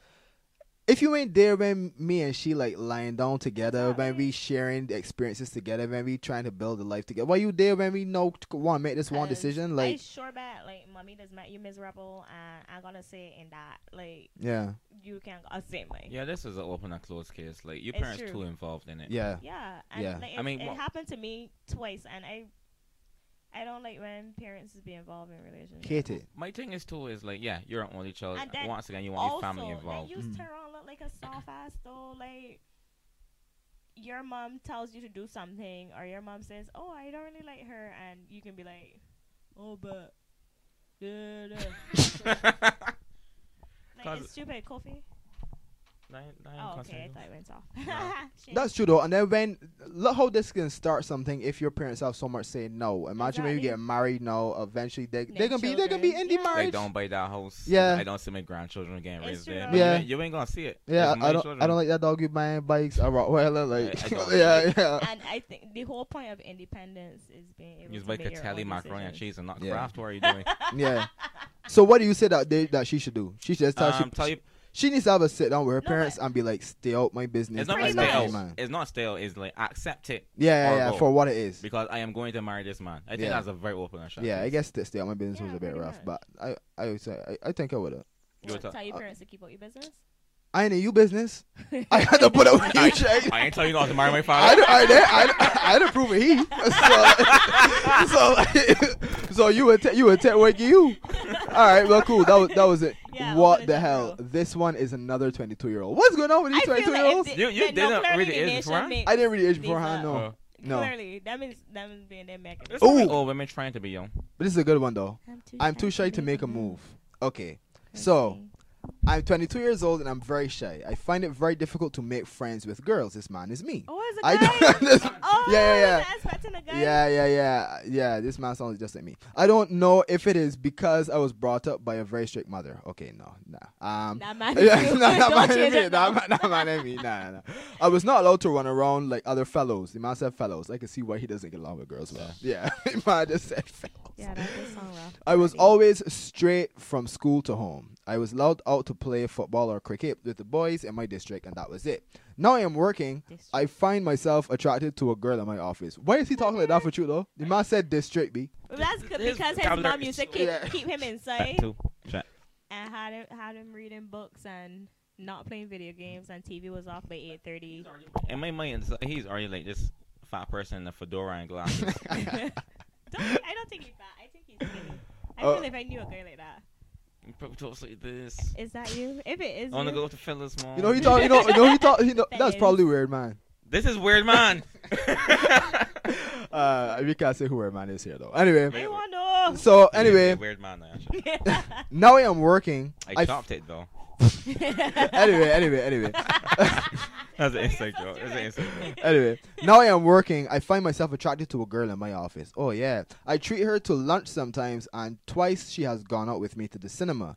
A: if you ain't there when me and she like lying down together,
B: Exactly.
A: when we sharing the experiences together, when we trying to build a life together, why you there when we know want make this one
B: 'Cause
A: decision?
B: I
A: Like,
B: sure bet like mommy does make you miserable, and I'm gonna say in that like
A: yeah,
B: you can go same way.
C: Yeah, this is an open and closed case. Like your
B: It's
C: parents
B: true.
C: too involved in it.
A: yeah,
B: Yeah, and
A: Yeah.
B: Like,
C: I
B: I
C: mean,
B: mean, it
C: what-
B: happened to me twice, and I, I don't like when parents be involved in relationships.
A: hate it.
C: My thing is too is like yeah, you're an only child.
B: And then
C: Once again, you want your
B: Also,
C: family
B: then
C: involved.
B: you
A: Mm.
B: turn around look like a soft ass though. Like your mom tells you to do something, or your mom says, "Oh, I don't really like her," and you can be like, "Oh, but." da, da." like,
C: Cause-
B: it's stupid, Kofi. Oh, okay. I thought it went off.
C: No.
B: [laughs] Shit.
A: That's true though. And then when look how this can start something if your parents have so much saying no. Imagine when you
B: Exactly.
A: get married now, eventually they
B: Make
A: they gonna be they gonna be
B: children.
A: indie
B: Yeah.
A: marriage.
C: Like don't buy that house.
A: Yeah.
C: I don't see my grandchildren getting
B: It's
C: raised
B: true.
C: there.
A: Yeah.
C: You, ain't- you ain't gonna see it.
A: yeah,
C: It's my
A: I don't
C: children.
A: I don't like that dog you buying bikes. I Rottweiler
C: I-
A: [laughs]
C: I
A: like
C: don't.
A: yeah yeah.
B: and I think the whole point of independence is being able
C: Use
B: to
C: like
B: make your
C: Italian
B: own
C: macaroni and
B: decisions.
C: cheese and not
A: Yeah.
C: craft. What are you doing?
A: Yeah. So what do you say that they, that she should do? She should just tell,
C: um,
A: she,
C: tell you,
A: she needs to have a sit down with her
B: No,
A: parents and be like, stay out my business.
C: it's not
B: Pretty
C: like
A: That's
B: much.
A: my
C: stale.
A: man.
C: It's not stale. It's like accept it
A: Yeah,
C: Or
A: yeah,
C: go.
A: yeah, for what it is.
C: because I am going to marry this man. I think
A: Yeah.
C: that's a very open and shut.
A: Yeah, I
C: case.
A: guess that stay out my business
B: Yeah,
A: was a bit
B: pretty
A: rough,
B: much.
A: but I, I would say, I, I think I would have.
C: You
B: What,
C: were ta-
B: tell your
A: uh,
B: parents to keep out your business.
A: I ain't in you business. I had to put up with you,
C: [laughs]
A: Shay.
C: I ain't telling you not to marry my
A: [laughs] I
C: father.
A: don't, I, didn't- I, didn't- I didn't prove it. He so, [laughs] so, so you would, ta- you would take wake you. All right, well, cool. That was that was it.
B: Yeah,
A: what
B: open it
A: the
B: up,
A: hell?
B: bro.
A: This one is another twenty-two year old. What's going on with
B: I
A: these
B: feel like
A: twenty-two year
B: if
A: olds?
B: the-
C: You- you
B: that
C: didn't
B: no, clearly
C: read
B: the
C: it is
B: nation
C: beforehand?
B: makes-
A: I didn't read the age
B: these
A: beforehand.
B: are-
A: No,
C: Oh.
A: no.
B: Clearly, that means that means being their mechanism.
C: It's not
A: Ooh.
C: like old women trying to be young.
A: but this is a good one though. I'm too shy to make a move. Okay. So, I'm 22 years old and I'm very shy. I find it very difficult to make friends with girls. This man is me.
B: Oh, it's a guy.
A: I don't. [laughs] this-
B: oh,
A: yeah, yeah,
B: that's expecting a guy.
A: yeah. Yeah, yeah, yeah. Yeah, this man sounds just like me. I don't know if it is because I was brought up by a very strict mother. Okay, no, nah. Um,
B: Nah, [laughs] man.
A: [laughs] yeah,
B: you-
A: nah, nah,
B: [laughs] don't
A: man,
B: change
A: me,
B: it
A: nah,
B: now.
A: man, nah, man, me, nah, nah, nah. I was not allowed to run around like other fellows. The man said fellows. I can see why he doesn't get along with girls
B: [laughs]
A: well. Yeah, [laughs] the man just said fellows.
B: Yeah, that does sound rough.
A: I was
B: Alrighty.
A: always straight from school to home. I was allowed out to play football or cricket with the boys in my district, and that was it. Now I am working.
B: District.
A: I find myself attracted to a girl in my office. Why is he talking like that for you though? The man said district B. [laughs]
B: Well, that's c-
C: His
B: because his
C: vocabulary
B: mom
C: is
B: used to
C: so-
B: keep,
A: Yeah.
B: keep him
C: Back
B: inside
C: to check.
B: and had him, had him reading books and not playing video games, and TV was off by 8.30.
C: In my mind, it's- he's already like this fat person in a fedora and
A: [laughs]
C: glasses.
B: [laughs] don't, I don't think he's fat. I think he's skinny. I
A: Oh.
B: feel if I knew a guy like that.
C: He probably talks like this.
B: Is that you? If it is
C: I want to
B: you-
C: go to Phyllis mom.
A: You know he thought. You know. You know he thought. You know, that's
B: Thanks.
A: probably weird, man.
C: This is weird, [laughs] man.
A: Uh, we can't say who weird man is here though. Anyway,
B: I
A: [laughs]
B: want [laughs]
A: so [laughs]
C: Yeah,
A: anyway,
C: weird man. Actually.
B: to.
A: now I am working.
C: I
A: f-
C: chopped it though.
A: [laughs] anyway, anyway, anyway.
C: That's an
B: Sorry,
C: inside
B: [laughs] that's
C: joke.
B: so
C: That's an inside
B: stupid.
C: joke.
A: anyway, now I am working. I find myself attracted to a girl in my office. Oh yeah, I treat her to lunch sometimes, and twice she has gone out with me to the cinema.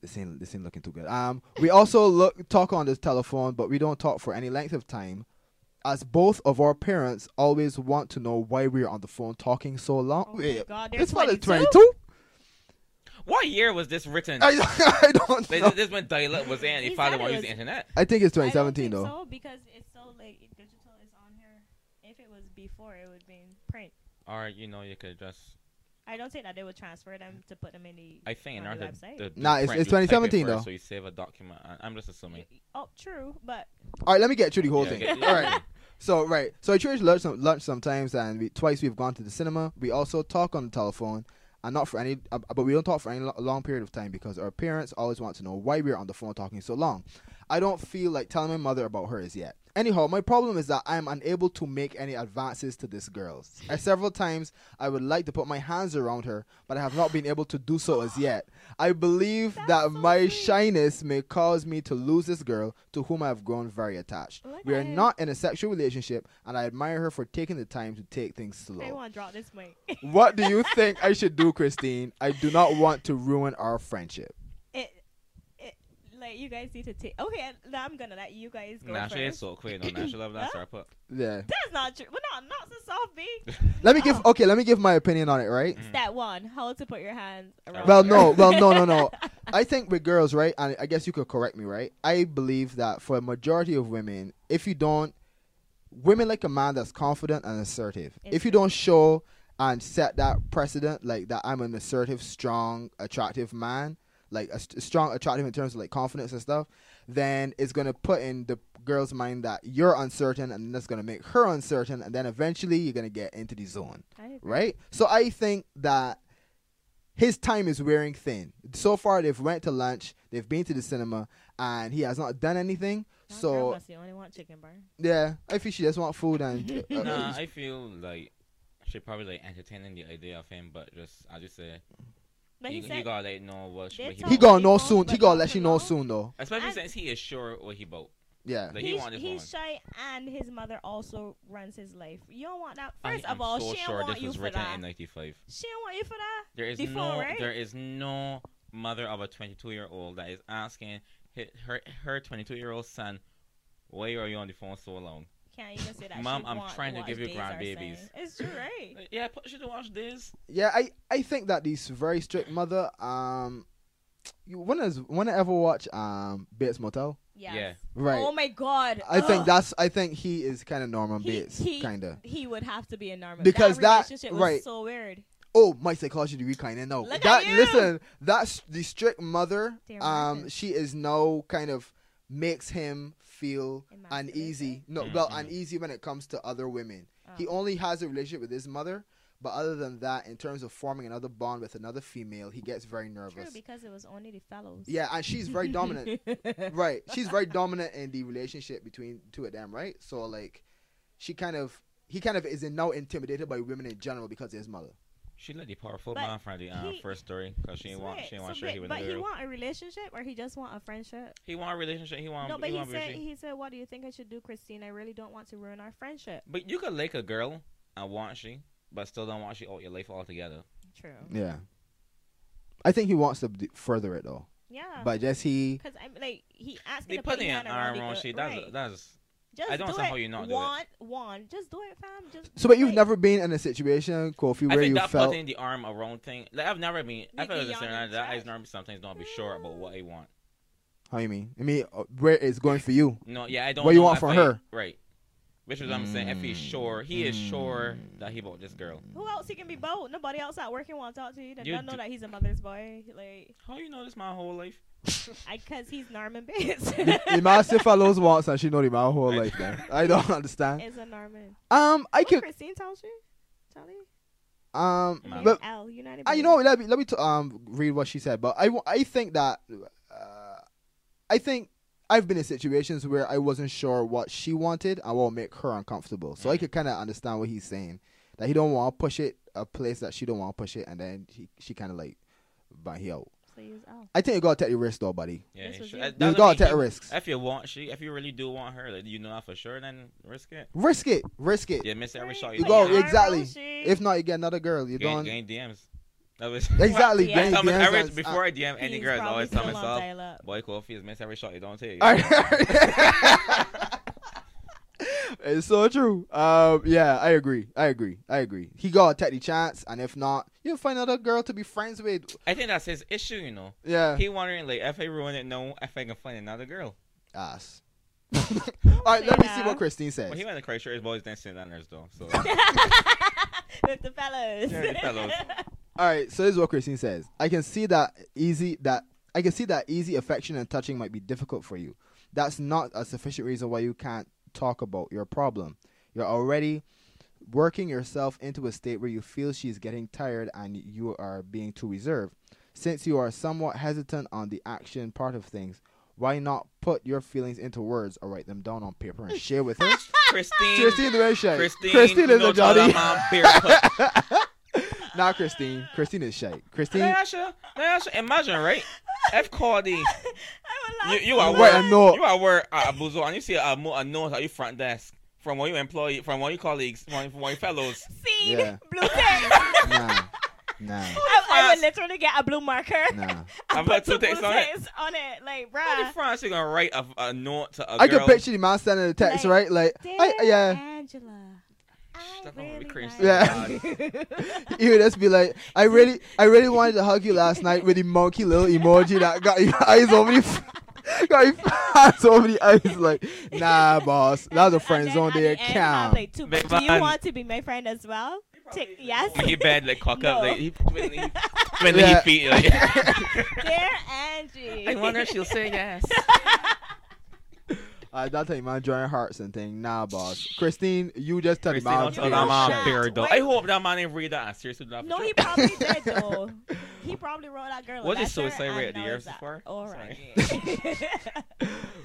A: This ain't this ain't looking too good. Um, we also look talk on the telephone, but we don't talk for any length of time, as both of our parents always want to know why we are on the phone talking so long.
B: Oh my God, they're
A: this father
B: 22?
A: twenty-two.
C: What year was this written?
A: I, I [laughs] don't
C: They-
A: know.
C: This when dial-up was in. Your
B: He
C: father
B: said it
C: won't use
B: was-
C: the internet.
A: I think it's
B: I don't
A: 2017
B: think
A: though.
B: So because it's so like it- digital is on here. If it was before, it would have been print.
C: Or you know, you could just.
B: I don't think that they would transfer them to put them in the.
C: I think in
B: On the
C: order
B: website?
C: to, to
A: Nah, it's-
C: print,
A: it's
C: you type it
A: 2017
C: first,
A: though.
C: So you save a document. and- I'm just assuming.
B: Oh, true, but
A: All right, let me get through the whole
C: Yeah,
A: thing.
C: get-
A: All
C: [laughs]
A: right. So right, so I church lunch some, lunch sometimes, and we, twice we've gone to the cinema. We also talk on the telephone, and not for any, uh, but we don't talk for any lo- long period of time because our parents always want to know why we're on the phone talking so long. I don't feel like telling my mother about hers yet. Anyhow, my problem is that I am unable to make any advances to this girl. At several times, I would like to put my hands around her, but I have not been able to do so as yet. I believe
B: That's
A: that
B: so
A: my
B: sweet.
A: shyness may cause me to lose this girl to whom I have grown very attached.
B: Look
A: we are
B: at him.
A: not in a sexual relationship, and I admire her for taking the time to take things
B: I
A: slow.
B: want to drop this [laughs] mic.
A: what do you think I should do, Christine? I do not want to ruin our friendship.
B: it, it, like you guys need to take. Okay, I- I'm gonna let you guys go
C: Nah, she is
B: first.
C: so quick. No, nah, she love that star put.
A: Yeah.
B: That's not true. Well, not not so soft, B.
C: [laughs]
A: Let me give
B: Oh.
A: okay, let me give my opinion on it, right?
C: Mm.
B: Step one: how to put your hands around.
A: Well,
B: her.
A: no,
B: [laughs]
A: well, no, no, no. I think with girls, right? And I guess you could correct me, right? I believe that for a majority of women, if you don't, women like a man that's confident and assertive. If you don't show and set that precedent, like that I'm an assertive, strong, attractive man, like a st- strong, attractive in terms of like confidence and stuff, then it's gonna put in the girl's mind that you're uncertain, and that's gonna make her uncertain, and then eventually you're gonna get into the zone
B: I agree.
A: right? So I think that his time is wearing thin. So far, they've went to lunch, they've been to the cinema, and he has not done anything.
B: My
A: so
B: grandma's the only one chicken bar.
A: yeah, I think she just want food
C: [laughs]
A: and uh, [laughs]
C: Nah, I feel like she probably like entertaining the idea of him, but just I just say
B: But
C: he,
B: he,
C: he
B: said,
C: gotta like know what she,
B: They
C: what he,
B: told
A: he
C: about.
A: gonna know
B: He
A: soon. He
B: won't,
A: gonna
B: but
A: let you know
B: not for
A: soon though.
C: especially
B: And-
C: since he is sure what he about.
A: Yeah,
C: Like he
B: he's,
C: want this
B: he's
C: woman.
B: shy, and his mother also runs his life. You don't want that.
C: I
B: First
C: am
B: of all,
C: so
B: she
C: sure
B: don't want
C: this
B: you
C: was
B: for
C: written
B: that.
C: in '95.
B: She don't want you for that.
C: There is
B: Before,
C: no,
B: right?
C: there is no mother of a 22 year old that is asking hi- her her 22 year old son, why are you on the phone so long?
B: Can't even say
C: [laughs]
B: that.
C: Mom,
B: she
C: I'm
B: want
C: trying to
B: what
C: give you
B: gays are
C: grandbabies.
B: saying. It's true, right?
C: Like, yeah, put you to watch this.
A: yeah. I I think that these very strict mother. Um, you wanna wanna ever watch um Bates Motel?
C: [laughs]
B: Yes.
C: Yeah.
A: Right.
B: Oh my God.
A: I think
B: Ugh.
A: that's I think he is kind of Norman
B: He-
A: Bates,
B: he-
A: kind of.
B: he would have to be a Norman
A: Because that-
B: that relationship
A: right.
B: was so weird.
A: Oh, my psychology degree kind of no.
B: Look at
A: that
B: you.
A: listen, that's the strict mother.
B: Dear
A: Um,
B: Marcus.
A: she is now kind of makes him feel
B: Emasculated?
A: uneasy. No,
C: Mhm.
A: well, uneasy when it comes to other women. He
B: Oh.
A: only has a relationship with his mother, but other than that, in terms of forming another bond with another female, he gets very
B: True,
A: nervous.
B: because it was only the fellows.
A: yeah, and she's very
C: [laughs]
B: [laughs]
A: dominant. right, she's very dominant in the relationship between two of them. Right, so like, she kind of. He kind of is now intimidated by women in general because of his mother.
C: She let the powerful
B: But
C: man from the uh,
B: he-
C: first story because
B: [laughs]
C: she ain't want she
B: Sweet.
C: ain't want
B: So
C: sure
B: wait,
C: he would
B: but he
C: do.
B: want a relationship or he just want a friendship?
C: He want a relationship. Um, He want
B: no, but
C: he,
B: he
C: want
B: said
C: busy.
B: he said, "What do you think I should do, Christine? I really don't want to ruin our friendship."
C: But you could like a girl and want she, but still don't want she out your life altogether.
B: True.
A: Yeah. I think he wants to d- further it though.
B: Yeah.
A: But just he
B: Because I'm like he asked me
C: They
B: to
C: put
B: put
C: in
B: an
C: an arm on she.
B: shit.
C: That's
B: Right.
C: that's
B: Just
C: I don't
B: do
C: understand
B: it.
C: how you not do it.
B: want, Want, just do it, fam. Just.
A: So but you've
B: like,
A: never been in a situation, Kofi,
C: I
A: where
C: think
A: you
C: that
A: felt
C: putting the arm around thing. Like I've never been. I
B: Make
C: feel
B: it
C: like
B: young
C: that.
B: and
C: I
B: trash.
C: normally sometimes don't be sure about what I want.
A: how you mean? I mean uh, where it's going for
C: [laughs]
A: you.
C: No, yeah, I don't.
A: What you
C: know
A: want
C: if
A: from
C: I-
A: her? Mm.
C: right? Which is what I'm saying. If he's sure, he is sure that he bought this girl.
B: Who else he can be bold? Nobody else out working want to talk to you. That
C: You
B: don't know
C: d-
B: that he's a mother's boy. Like,
C: How you know this my whole life?
B: [laughs] I cause he's Norman Bates.
A: the man still follows once and she know the man whole life man. I don't [laughs] understand.
B: [laughs] is a Norman.
A: Um I
B: What
A: could
B: Christine tells you, Charlie.
A: um
C: Man.
A: but
B: L United.
A: uh, you
B: Bates.
A: know what, let me let me t- um read what she said. But I w- I think that uh, I think I've been in situations where I wasn't sure what she wanted and what would make her uncomfortable. So I
C: Mm.
A: could kind of understand what he's saying that he don't want to push it a place that she don't want to push it, and then he, she kind of like but he out.
B: So use L.
A: I think you gotta take the risk though, buddy.
C: Yeah,
B: This
C: he
B: was
C: should-
B: you.
C: that-
A: You
C: that's
A: gotta
C: what I
A: take
C: mean.
A: risks.
C: If you want she, if you really do want her, like you know that for sure, then risk it.
A: Risk it. Risk it.
C: Yeah, miss every shot
B: Right.
C: you
A: You go,
C: take.
A: exactly.
B: Arm roll,
A: If not, you get another girl. You
C: Gain,
A: don't.
C: gain DMs. That was [laughs]
A: Exactly.
B: Yeah.
A: gain
C: Tell me-
A: DMs
C: every-
A: and- uh,
C: before I DM
B: she-
C: any
B: he's
C: girl, I
B: probably
C: always tell
B: still on
C: myself,
B: dial-up.
C: boy, coffee is miss every shot you don't take.
A: All right. [laughs] it's so true. Um, yeah, I agree. I agree. I agree. He gotta take the chance, and if not, you'll find another girl to be friends with.
C: I think that's his issue, you know.
A: Yeah,
C: He wondering like if I ruin it, no, if I can find another girl. [laughs]
A: ass. All right, let me see
B: Yeah.
A: what Christine says.
C: But he went to Christchurch boys dancing Lanners though.
A: [laughs]
C: So
B: [laughs] With the fellows.
C: Yeah, the
B: [laughs]
C: fellows.
A: All right, so this is what Christine says. I can see that easy that I can see that easy affection and touching might be difficult for you. That's not a sufficient reason why you can't talk about your problem. You're already working yourself into a state where you feel she's getting tired and you are being too reserved. Since you are somewhat hesitant on the action part of things, why not put your feelings into words or write them down on paper and share with
C: [laughs]
A: her?
C: Christine.
A: Christine the red shite.
C: Christine,
A: Christine, is
C: you
A: a
C: know, tell
A: jolly.
C: that mom
A: [laughs]
C: barefoot.
A: Not Christine. Christine is shite. Christine.
C: Nyasha, Nyasha, imagine, right? F Cordy.
B: I
C: You,
B: would
C: you
B: laugh
C: are
A: Wait,
B: so
A: I
C: work.
B: much.
A: know.
C: You are work at a bozo and you see a, mo- a nose at your front desk from one of your employee, from one of your colleagues, from one from one of your
B: [laughs]
C: fellows.
B: Scene,
A: Yeah.
B: blue
C: [laughs]
B: text.
A: Nah. Nah.
B: I, I would literally get a blue marker.
A: Nah.
C: I've
B: and
C: got
B: put
C: two
B: two
C: texts
B: blue
C: on it.
B: texts on it. Like,
C: How the
B: bruh.
C: France you gonna write a, a note to a
A: I
C: girl?
A: could picture the man sending a text,
B: Like,
A: right? Like, I,
B: Dear
A: yeah. [laughs]
B: Angela. I
C: Stop on
B: really
C: recreation.
B: like
A: Yeah. [laughs]
B: you.
A: He would just be like, I really, I really wanted to hug you last night with the monkey little emoji that got your [laughs] eyes over the, f- [laughs] got your eyes over the eyes. Like, nah, boss, that's a friend
B: And then
A: zone
B: at the
A: there.
B: end,
A: Count.
B: I'm like, "Do-
C: Big
B: do you
C: man.
B: want to be my friend as well? Tick yes.
C: Make your bed like cock
B: No.
C: up, like he, when [laughs] he, when
A: Yeah.
C: he [laughs]
A: [laughs]
C: feet. Like,
B: Dear Angie.
C: she'll say yes.
A: Uh, that time, man, drawing hearts and thing. Nah, boss. Christine, you just tell
C: Christine,
A: him
C: don't
A: I'm
C: tell
B: You're
C: that
B: a
C: man
B: shot.
C: period, though.
B: Wait.
C: I hope that man didn't read that. and Seriously, do that for
B: No,
C: sure.
B: he probably
C: [laughs]
B: did though. He probably wrote that girl. a
C: What is
B: letter
C: suicide
B: and
C: rate at the
B: knows
C: years
B: that.
C: before?
B: All right.
C: Sorry.
A: [laughs]
C: [laughs]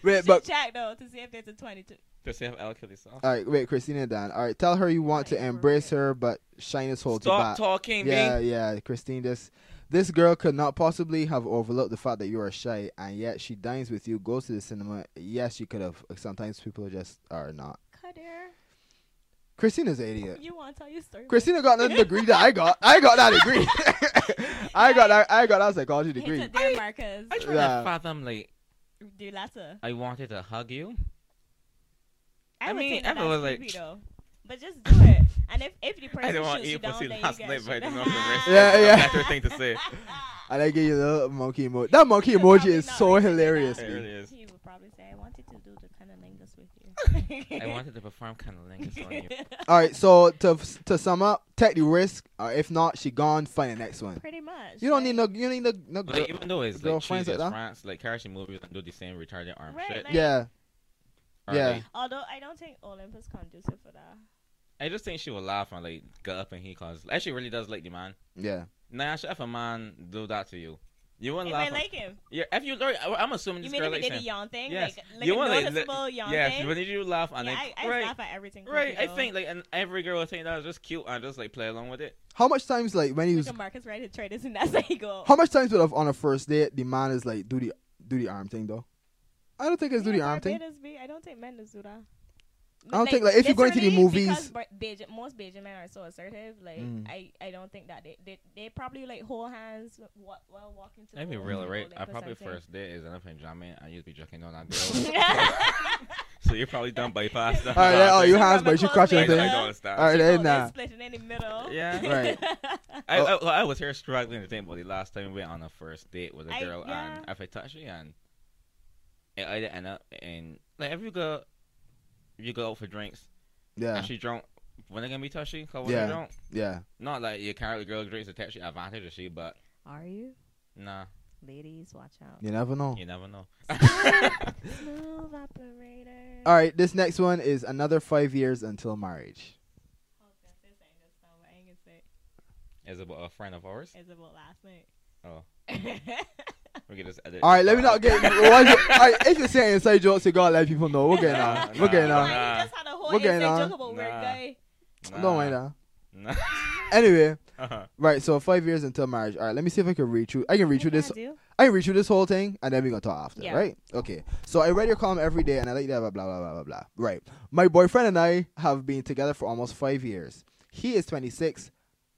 A: Wait,
B: but
A: but
B: check though to see if there's a 22.
C: [laughs] To say I'll kill yourself.
A: all right, wait, Christine and Dan. All right, tell her you want to
B: Right,
A: embrace her, but shyness holds you
C: Stop
A: back.
C: talking,
A: yeah,
C: me.
A: yeah, Christine. This this girl could not possibly have overlooked the fact that you are shy, and yet she dines with you, goes to the cinema. Yes, she could have. Sometimes people just are not.
B: Kadir,
A: Christine is an idiot.
B: you want to tell your story?
A: Christina got that degree that I got. I got that degree. [laughs] I got that. I got that psychology
B: He
A: degree.
B: took their markers.
C: I try
A: Yeah.
C: to fathom like
B: Do letter.
C: I wanted to hug you. I
B: I, would
C: mean,
B: think that
C: Emma
B: that's
C: was like-
B: creepy, though. But just do it. And if if the person
C: I don't want E
B: shoots you
C: eat
B: down,
C: pussy
B: then you
C: last
B: get
C: night, but I
B: shot.
C: don't know if the
B: [laughs]
C: rest.
A: Yeah,
C: is a
A: yeah.
C: better thing to say.
A: And I give you the little monkey emoji. That monkey
B: He would
A: emoji is
B: probably
A: so
B: not
A: hilarious.
C: It
B: Yes,
A: me.
C: really is.
B: He would probably say, "I wanted to do the cunnilingus with
C: [laughs]
B: you."
C: I wanted to perform
B: [laughs]
C: cunnilingus on you.
A: [laughs] All right, so to to sum up, take the risk. Or if not, she gone. Find the next one.
B: Pretty much.
A: You don't
B: like-
A: need no. You don't need no. no girl-
C: Like even though it's like
A: Girlfriends
C: cheesy
A: like that?
C: as France, like Karachi movies and do the same retarded arm
B: Right,
C: shit.
B: like-
A: yeah,
C: Or,
A: yeah.
C: like,
B: Although I don't think Olympus conducive for that.
C: I just think she would laugh and like get up and he cause like, she really does like the man.
A: yeah.
C: Nah, she- if a man do that to you, you wouldn't
B: If
C: laugh.
B: I
C: at-
B: like him,
C: yeah, if you like, I- I'm assuming
B: you
C: this
B: mean
C: girl
B: if he
C: likes
B: did a
C: him.
B: yawn thing,
C: Yes.
B: like like
C: You
B: a
C: want, like,
B: noticeable yawn
C: Yes,
B: thing.
C: when did you laugh and
B: yeah,
C: like
B: I, I
C: right,
B: laugh at everything.
C: right. I
B: Cupid,
C: think like and every girl would think that was just cute and just like play along with it.
A: How much times like when he
B: though.
A: was
B: Look at Marcus right his traders [laughs] and that's how you go.
A: How much times would have on a first date the man is like do the do the arm thing though? I don't think it's do the arm thing.
B: Barbados be- I don't think men does do that. But,
A: don't think, like, if you go into the
B: literally,
A: movies-
B: because Bar- Bajan- most Bajan men are so assertive. Like
A: Mm.
B: I, I don't think that they, they, they probably like hold hands while, while walking to.
C: Let me
B: the
C: be real, right? I
B: Olympus
C: probably
B: and thing. [laughs]
C: first date is enough in jamming and you'd be joking on that girl. [laughs] so you probably done
B: [laughs]
C: bypass that.
A: All right, yeah, oh, you
C: [laughs]
B: Some
A: hands,
B: rubber
A: but you
B: clothes
A: crotch
C: I, I
A: it.
B: later.
C: don't understand.
A: All right,
B: Oh,
A: then
B: they
A: nah.
B: splitting in the middle.
C: Yeah.
B: [laughs]
A: Right.
C: I,
A: Oh.
C: I, well, I was here struggling to think about the last time we went on a first date with a
B: I-
C: girl,
B: yeah.
C: and if I touched you, and it either end up in like if you go, if you go out for drinks,
A: Yeah,
C: and she drunk, when they gonna be touchy? Cause when
A: Yeah.
C: they drunk,
A: yeah.
C: not like you carry the girl drinks to touch you advantage of she, but
B: Are you?
C: nah,
B: Ladies, watch out.
A: You never know.
C: you never know.
B: [laughs] Smooth operator.
A: All right, this next one is another five years until marriage.
B: I was gonna say something just now, but I ain't gonna say it.
C: Is about a friend of ours.
B: It's about last night. [laughs]
C: Oh.
B: Oh.
C: We can just edit.
A: All right,
C: this
A: let me
C: out.
A: not
C: [laughs]
A: get. why is it- all right, if you're saying inside jokes, you gotta let people know. We're getting on.
C: Nah,
A: We're getting
C: nah.
A: on.
B: Why you just had a whole
A: We're getting
B: inside
A: on.
B: joke about weird
C: Nah.
B: guy.
C: Nah.
A: Don't mind that.
C: Nah. [laughs] Uh-huh.
A: Anyway, right. So five years until marriage. All right, let me see if I can read through. I can read through this. I can read through this whole thing and then we're gonna talk after,
B: Yeah.
A: right? Okay. So I read your column every day and I like that blah blah blah blah blah blah. Right. My boyfriend and I have been together for almost five years. He is twenty six.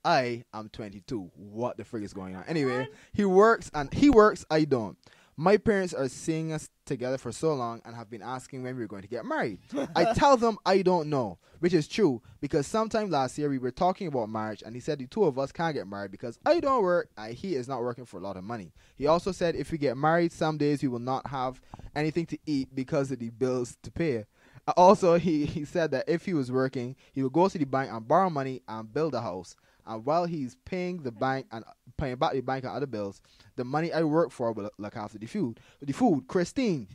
A: I am twenty two. What the frig is going on? Anyway, he works and he works, I don't. My parents are seeing us together for so long and have been asking when we we're going to get married. I tell them I don't know, which is true because sometime last year we were talking about marriage and he said the two of us can't get married because I don't work and he is not working for a lot of money. He also said if we get married some days we will not have anything to eat because of the bills to pay. Uh, Also, he, he said that if he was working, he would go to the bank and borrow money and build a house. And while he's paying the bank and paying back the bank and other bills, the money I work for will look after the food. The food, Christine.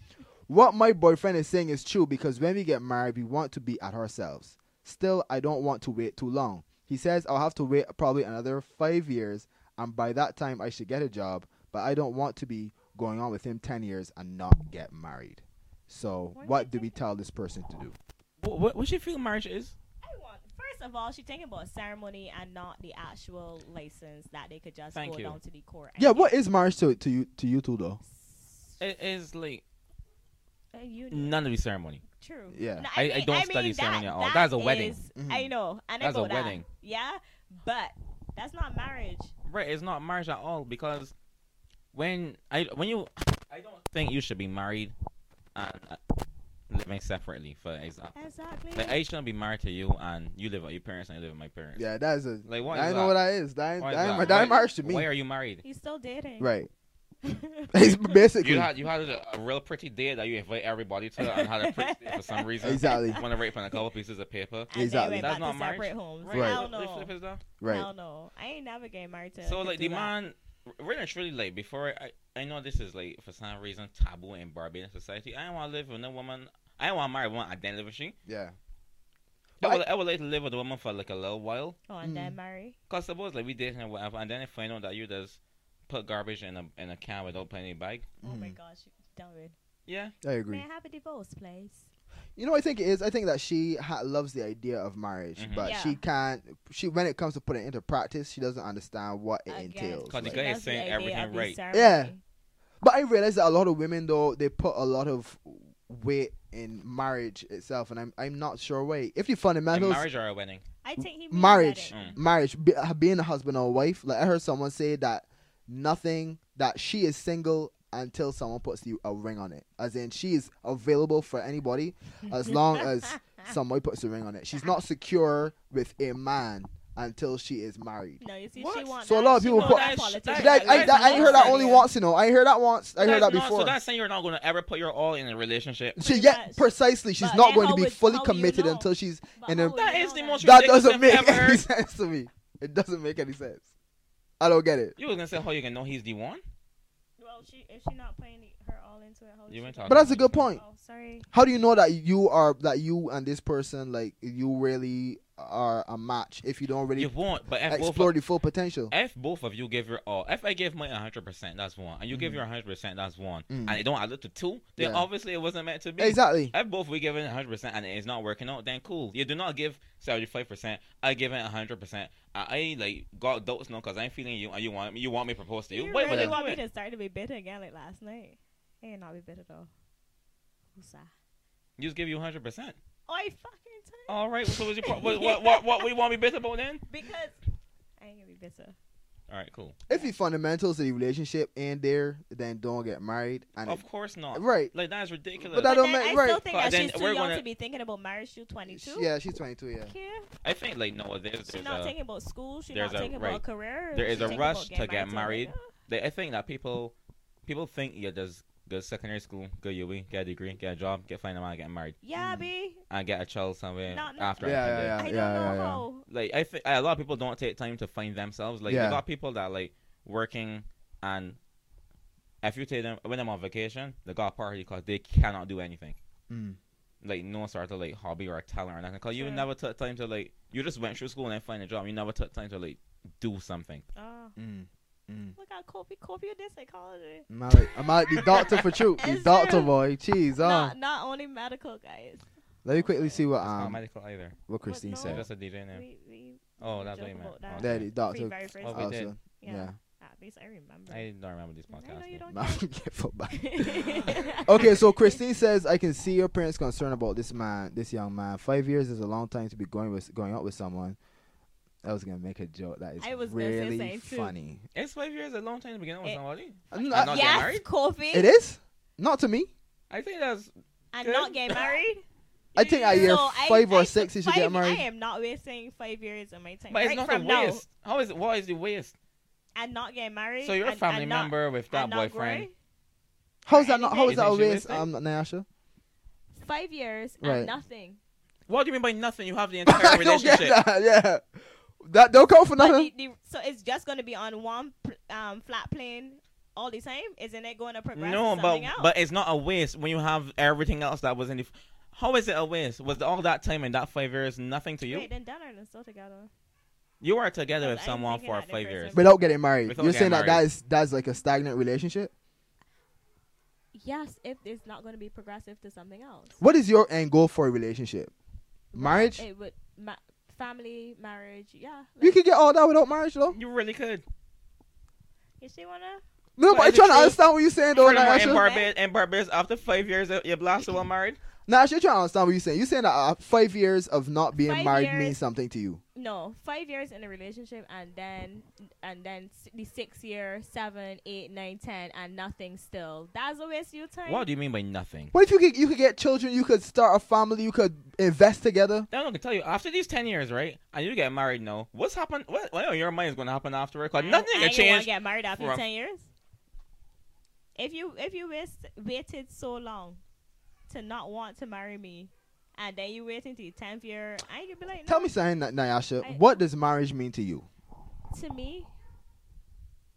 A: What my boyfriend is saying is true because when we get married, we want to be at ourselves. Still, I don't want to wait too long. He says I'll have to wait probably another five years, and by that time I should get a job. But I don't want to be going on with him 10 years and not get married. So,
B: What
A: what,
B: do you
A: do we
B: think?
A: tell this person to do?
C: What, what, what you feel marriage is?
B: I want. First of all, she's thinking about ceremony and not the actual license that they could just
C: Thank
B: go
C: you.
B: down to the court. and
A: Yeah,
B: get.
A: what is marriage to, to you to you two though?
C: It is like
B: Uh, you know.
C: none of the ceremony.
B: True.
A: Yeah.
B: No,
C: I- I don't study ceremony at all. That's a wedding.
B: is-
A: Mhm.
B: I know. And
C: That's
B: I know
C: a
B: that.
C: wedding.
B: Yeah, but that's not marriage.
C: Right, it's not marriage at all because when I when you I don't think you should be married and uh, living separately. For example,
B: Exactly.
C: like I shouldn't be married to you and you live with your parents and I live with my parents.
A: Yeah, that is a
C: Like what?
A: I
C: is
A: know
C: that?
A: what that is. That ain't,
C: Why is
A: that ain't,
C: that?
A: mar- that ain't
C: Why-
A: marriage to me.
C: Why are you married?
B: He's still dating. [laughs]
A: right. [laughs] It's
B: That's
A: basically
C: You had you had a, a real pretty day that you invite everybody to and had a pretty day for some reason.
A: Exactly.
C: Want to write on a couple pieces of paper.
A: Exactly.
B: Went
C: That's
B: back
C: not
B: to
C: marriage.
B: Separate homes.
A: Right.
B: Hell
C: They
B: no.
C: flip it down.
A: right.
B: Hell no. I ain't never getting married to.
C: So
B: to
C: like
B: do
C: the
B: that.
C: man, really and truly, like before I, I know this is like for some reason taboo in Barbadian society. I don't want to live with no woman. I don't want to marry one. I then live with she.
A: Yeah.
C: I
A: But
C: would, I, would like to live with a woman for like a little while.
B: Oh, and
A: Mm.
B: then marry.
C: Cause suppose like we dating or whatever, and then if I know that you just put garbage in a in a can without putting it back.
B: Oh my
A: Mhm.
B: gosh, Darwin.
C: Yeah.
A: Mm-hmm. I agree.
B: May I have a divorce, please?
A: You know, what I think it is. I think that she ha- loves the idea of marriage,
C: Mhm.
A: but
B: Yeah.
A: she can't. She when it comes to putting it into practice, she doesn't understand what it
B: Again,
A: entails.
C: Cause the
A: like-
C: guy is
B: that's
C: saying
B: idea
C: everything
B: of the
C: right.
B: ceremony.
A: Yeah. But I realize that a lot of women though they put a lot of weight in marriage itself, and I'm I'm not sure why. If the
C: A
A: fundamentals,
C: marriage or a wedding.
B: I think he means
A: marriage,
C: Mm.
B: wedding.
A: marriage, be, uh, being a husband or a wife, like I heard someone say that nothing that she is single until someone puts you a ring on it, as in she is available for anybody
B: [laughs]
A: as long as somebody puts a ring on it. She's not secure with a man until she is married.
B: No, you see, she
C: What?
B: wants.
A: So a lot of people put-
C: That-
A: That- I,
C: that's
A: that- I heard that only
C: nonsense.
A: once, you know. I heard that once. I heard
C: That's
A: that
C: not-
A: before.
C: So that's saying you're not gonna ever put your all in a relationship.
A: she,
B: pretty
A: yeah,
B: much.
A: precisely. She's
B: But
A: not
B: then
A: going
B: how
A: to be
B: would-
A: fully
B: how would you
A: committed
B: know?
A: until she's.
B: But
A: and
B: how
A: a-
B: would
C: That
B: you
C: is
B: know
C: the most-
A: That
C: ridiculous
A: doesn't make
B: [laughs]
C: I've ever
A: any [laughs]
C: heard.
A: sense to me. It doesn't make any sense. I don't get it.
C: You was gonna say how you can know he's the one.
B: Well, she if she not putting her all into it, how
C: You went
B: talking.
C: out.
A: But that's a good point.
B: Oh, sorry.
A: How do you know that you are that you and this person like you really are a match if you don't really
C: You won't. But if both
A: explore the full potential?
C: If both of you give your all, if I give my 100%, that's one, and you give your 100%, that's one,
A: Mm.
C: and it don't add up to two, then
A: Yeah.
C: obviously it wasn't meant to be.
A: Exactly.
C: If both we giving 100% and it's not working out, then cool. You do not give 75%, I give it 100%. and I like got doubts now because I'm feeling you and you want me, you want me to propose to you.
B: You
C: Why would I
B: really
C: do
B: want me
C: it?
B: to start to be bitter again like last night? Ain't not be bitter though. Who's that?
C: Just give you 100%.
B: Oh, I fucking tell
C: All right, so was your pro- what,
B: [laughs]
C: what, what, what we want me bitter about then?
B: you. Because I ain't gonna be bitter.
C: All right, cool.
A: If the fundamentals of the relationship ain't there, then don't get married. And
C: Of course not.
A: right,
C: Like, that is ridiculous.
A: But that don't
B: then
A: make-
B: I still
A: right.
B: think
C: But
B: that
C: then
B: she's too
C: we're
B: young
C: gonna-
B: to be thinking about marriage. She's 22.
A: yeah, she's 22. Yeah,
B: Care?
C: I think, like, nowadays,
B: She's
C: there's uh,
B: not
C: a-
B: thinking about school. She's
C: there's
B: not
C: a-
B: thinking
C: right.
B: about career.
C: There is
B: she's
C: a
B: thinking
C: rush
B: about
C: to get
B: a
C: married.
B: nigga.
C: They- I think that people people think you just go secondary school, go UE, get a degree, get a job, get find a man, get married,
B: Yeah,
A: Mm.
B: B.
C: and get a child somewhere
B: No, no.
C: after.
A: Yeah,
C: I
A: yeah,
C: think that-
B: I
A: yeah,
B: don't know
A: yeah, yeah.
B: how.
C: Like I think a lot of people don't take time to find themselves. Like
A: Yeah.
C: you got people that like working and if you take them when I'm on vacation, they got a party because they cannot do anything.
A: Mm.
C: Like no sort of like hobby or talent or nothing. Cause you
B: Sure.
C: never took time to like you just went through school and then find a job. You never took time to like do something.
B: Oh,
A: Mm. Mm.
B: look at Kofi. Kofi did psychology.
A: I'm out, like- I'm out the doctor for truth. The
B: [laughs] Is
A: doctor
B: there-
A: boy, jeez. Oh.
B: Not, not only medical guys.
A: Let me quickly see what
C: It's not
A: um
C: medical either.
A: what Christine
B: no.
C: It's
A: said.
C: just a DJ name.
B: We, we,
C: Oh,
B: we
C: that's
B: joke
C: what you meant.
B: about that.
C: Okay.
A: There, the
B: Free
A: doctor.
B: very first
C: Oh, we
B: time.
C: did.
A: also, [laughs]
B: Yeah.
A: yeah.
B: At least I remember.
C: I don't remember this
B: I know
C: podcast.
B: you
C: name.
B: don't
A: Get football.
B: [laughs] care.
A: [laughs] Okay, so Christine says I can see your parents' concern about this man, this young man. Five years is a long time to be going with going out with someone. I was gonna make a joke that is
B: I was gonna say
A: really
B: same too.
A: funny.
C: It's five years a long time to begin with
B: It-
C: somebody.
A: I'm
C: [laughs] not
A: not-
C: getting
B: yes,
C: married?
B: Kofi.
A: it is not to me.
C: I think that's.
B: And
C: good.
B: not get married.
A: I think at year
B: So I-
A: five
B: I
A: or
B: took
A: six, you should get
B: five-
A: married.
B: I am not wasting five years of my time.
C: But it's
B: right
C: not the
B: from now
C: waste. How is it? What is the waste?
B: and not get married.
C: So you're a
B: and-
C: family
B: and not-
C: member with that
B: and not
C: boyfriend.
B: growing.
A: How is that not? How is
C: Isn't
A: that
C: she
A: always
C: wasting?
A: um [laughs] Nyasha?
B: Five years
A: Right.
B: and
A: [laughs]
B: nothing.
C: What do you mean by nothing? You have the
A: I
C: entire
A: don't get
C: relationship.
A: that. Yeah, that don't count for
B: But
A: nothing.
B: the- the- so it's just going to be on one pl- um, flat plane all the time? Isn't it going to progress
C: No,
B: to
C: but
B: something else?
C: but it's not a waste when you have everything else that was in the. f- How is it a waste? Was all that time and that five years nothing to you?
B: Wait, then Donna and still together.
C: You were together with
B: Because I'm
C: someone
B: thinking
C: for
B: that the
C: five
B: person-
C: years.
A: Without getting married,
C: Without
A: you're
C: getting
A: saying that
C: married.
A: that's that's like a stagnant relationship.
B: Yes, if it's not going to be progressive to something else.
A: What is your end goal for a relationship? Marriage?
B: It would ma- family, marriage, yeah.
A: You can get all that without marriage, though.
C: You really could.
B: Is she wanna?
A: No,
C: Well,
A: but I'm
C: is it
A: trying to
C: true?
A: understand what you're saying, though.
C: Furthermore,
A: Like,
C: in,
B: Asha?
A: Asha.
C: Barbados, in Barbados, after five years, uh, you're blasted well married.
A: Nah, actually trying to understand what you're saying. You're saying that uh, five years of not being
B: Five
A: married
B: years.
A: means something to you.
B: No, five years in a relationship, and then and then s- the six year, seven, eight, nine, ten, and nothing still. That's a waste of your time.
C: What do you mean by nothing?
A: What if you could you could get children? You could start a family. You could invest together.
C: Now I can tell you, after these ten years, right, and you get married, no, what's happened? What, what in your mind is going to happen afterward? Cause
B: And-
C: nothing can
B: and you wanna
C: change.
B: Get married after
C: from-
B: ten years. If you if you waste, waited so long to not want to marry me, and then you wait until the tenth year, I could be like,
A: Tell
B: no.
A: me something, Ny- Nyasha.
B: I-
A: what does marriage mean to you?
B: to me,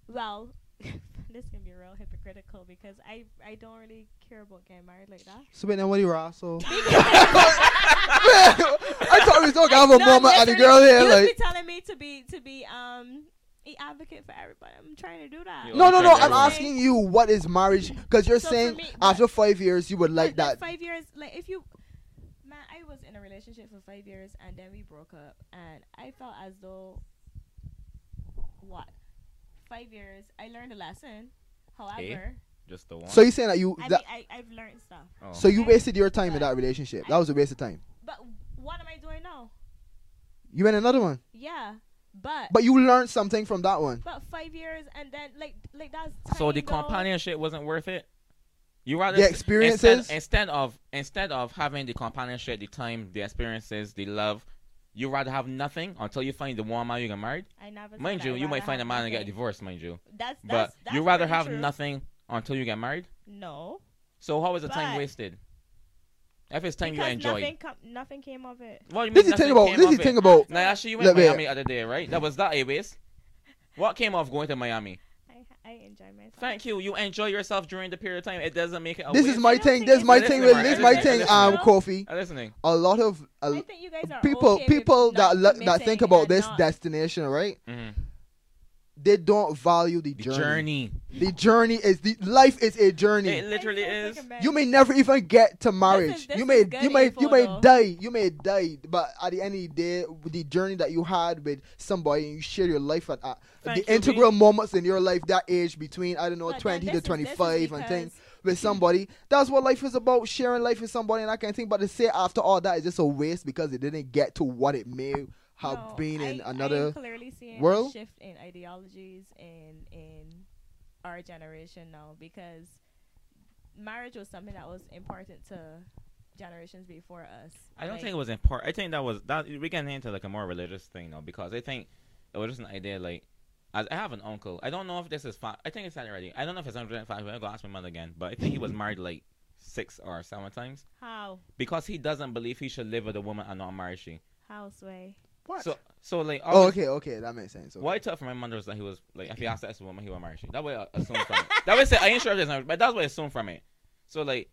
B: well, [laughs] this can be real hypocritical because I I don't really care about getting married like that.
C: [laughs]
B: [laughs]
A: So wait, then what you asshole? [laughs] I thought we was gonna have a
B: No,
A: moment and the girl
B: literally,
A: here
B: you
A: like.
B: be telling me to be to be um an advocate for everybody. I'm trying to do that.
C: You
A: No, no, no.
C: Like
A: I'm
C: everyone.
A: asking you what is marriage because you're
B: So for
A: saying
B: me-
A: after five years you would like
B: But
A: that.
B: the Five years, like if you, man, I was in a relationship for five years and then we broke up, and I felt as though, what, five years? I learned a lesson. However,
C: Just the one.
A: So you're saying that you
B: I mean,
A: that,
B: I I've learned stuff.
C: Oh.
A: so you
B: I-
A: wasted your time in
B: but
A: that relationship. That was a waste of time.
B: But what am I doing now?
A: You went another one,
B: Yeah, but
A: but you learned something from that one.
B: About five years, and then like like that's
C: So
B: time,
C: the
B: though.
C: companionship wasn't worth it. You rather
A: The
C: s-
A: experiences?
C: instead, instead of instead of having the companionship, the time, the experiences, the love. You rather have nothing until you find the one man you get married.
B: I never said
C: Mind
B: I
C: you, you might
B: rather
C: find a
B: have
C: man and get
B: nothing.
C: divorced, mind you.
B: That's, that's
C: But
B: that's
C: you rather
B: pretty
C: have
B: true.
C: nothing until you get married.
B: No,
C: So how is the time
B: But-
C: wasted? If it's time
B: because
C: you enjoy.
B: nothing, com- nothing came of it.
C: What do you mean
A: This is thing
C: nothing
A: about
C: came
A: this
C: of
A: is
C: it?
A: thing about
C: Now, actually, you
A: Look
C: went to
A: here.
C: Miami the other day, right? That was that a waste. What came off going to Miami?
B: I I enjoy myself.
C: Thank you. You enjoy yourself during the period of time. It doesn't make it a
A: this
C: waste.
A: is my
B: don't
A: thing.
B: think
A: This
B: it's
A: my
C: a
A: thing
C: listener,
A: with this
C: it's
A: my
C: a
A: thing.
C: listener.
A: Um, Kofi.
C: Uh, listening.
A: A lot of a,
B: I think you guys are
A: people
B: okay with
A: people that
B: not
A: lo- that think
B: committing
A: about
B: and
A: this
B: not-
A: destination, right?
C: Mhm.
A: They don't value the,
C: The
A: journey.
C: journey.
A: The journey is the life is a journey.
C: It literally
B: I'm so
C: is.
B: sick of men.
A: you may never even get to marriage.
B: this
A: you
B: is
A: may
B: good
A: you may
B: info,
A: you may
B: though.
A: die. You may die, but at the end of the day, with the journey that you had with somebody and you share your life and uh,
C: Thank
A: the
C: you,
A: integral moments in your life that age between I don't know
B: But then
A: 20
B: this
A: to
B: is- this is
A: 25 and things
B: because-
A: with somebody. That's what life is about, sharing life with somebody and I can think but to say after all that is just a waste because it didn't get to what it may have
B: no,
A: been
B: I,
A: in
B: I am
A: another
B: clearly seeing
A: world?
B: a shift in ideologies in in our generation now because marriage was something that was important to generations before us.
C: I don't
B: Like,
C: think it was important. I think that was that we can into like a more religious thing now because I think it was just an idea like as I have an uncle. I don't know if this is fa- I think it's not already. I don't know if it's hundred five. I'm gonna ask my mother again, but I think he was married like six or seven times
B: how
C: because he doesn't believe he should live with a woman and not marry she.
B: how sway.
A: What?
C: So so like
A: oh,
C: all-
A: okay, okay, that makes sense. Okay.
C: What I took from my mother was that he was like, if he asked that woman, he would marry she. That way I assumed from it. That way I said, I ain't sure if there's not, but that's what I assumed from it. So like,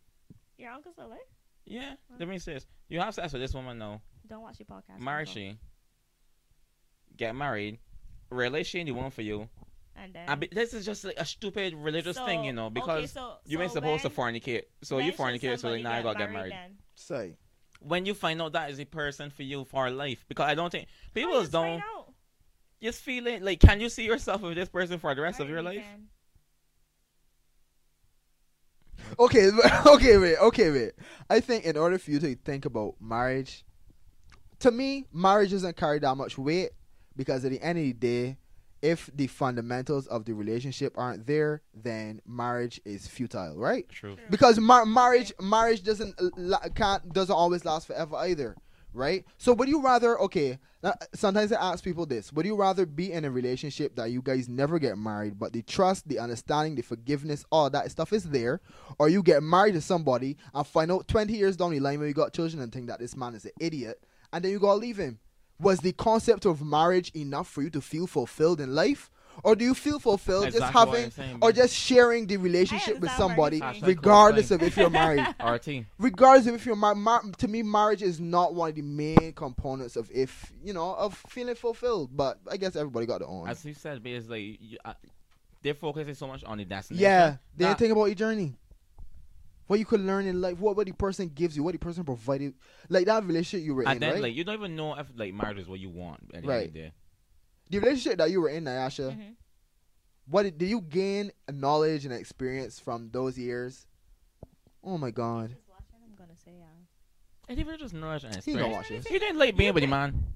B: Your uncle's still there?
C: yeah, let me say this: you have sex with this woman, no,
B: Don't watch your podcast.
C: marry
B: uncle.
C: she, get married, relate she ain't the one for you.
B: And then
C: I be, this is just like a stupid religious
B: So,
C: thing, you know,
B: okay,
C: because
B: so-
C: you ain't
B: so
C: supposed
B: when-
C: to fornicate, so
B: when
C: you
B: should
C: fornicate, so
B: somebody
C: like now you gotta get married.
B: then?
A: Say.
C: When you find out that is the person for you for life, because I don't think people
B: How you
C: just don't
B: find out?
C: just feel it. Like, can you see yourself with this person for the rest of
B: Married
C: your
B: you
C: life?
B: can.
A: Okay, [laughs] okay, wait, okay, wait. I think in order for you to think about marriage, to me, marriage doesn't carry that much weight because at the end of the day, if the fundamentals of the relationship aren't there, then marriage is futile, right?
C: True.
B: True.
A: [laughs] Because mar- marriage, marriage doesn't uh, la- can't doesn't always last forever either, right? So would you rather? Okay, now, sometimes I ask people this: Would you rather be in a relationship that you guys never get married, but the trust, the understanding, the forgiveness, all that stuff is there, or you get married to somebody and find out twenty years down the line when you got children and think that this man is an idiot, and then you gotta leave him? Was the concept of marriage enough for you to feel fulfilled in life? Or do you feel fulfilled just
C: Exactly what I'm
A: having
C: saying,
A: or
C: babe.
A: just sharing the relationship
B: understand
A: with
B: what you're
A: somebody,
B: saying.
C: Hashtag
A: regardless
C: cool
A: of if you're
B: [laughs]
A: married?
C: RT.
A: regardless of if you're married, mar- to me, marriage is not one of the main components of if you know of feeling fulfilled. But I guess everybody got their own.
C: As you said, but it's like you, uh, they're focusing so much on the destination.
A: Yeah, they
C: Nah,
A: didn't think about your journey. what you could learn in life, what, what the person gives you, what the person provided, like that relationship you were in,
C: And then
A: right?
C: like you don't even know if like marriage is what you want at the end
A: Right.
C: of the day.
A: the relationship that you were in, Nyasha,
B: Mhm.
A: what did, did you gain knowledge and experience from those years? Oh my God,
B: Just watch what I'm gonna say, yeah.
C: And even just nourish and
A: he don't
C: experience.
A: watch this.
C: You didn't like being with your man.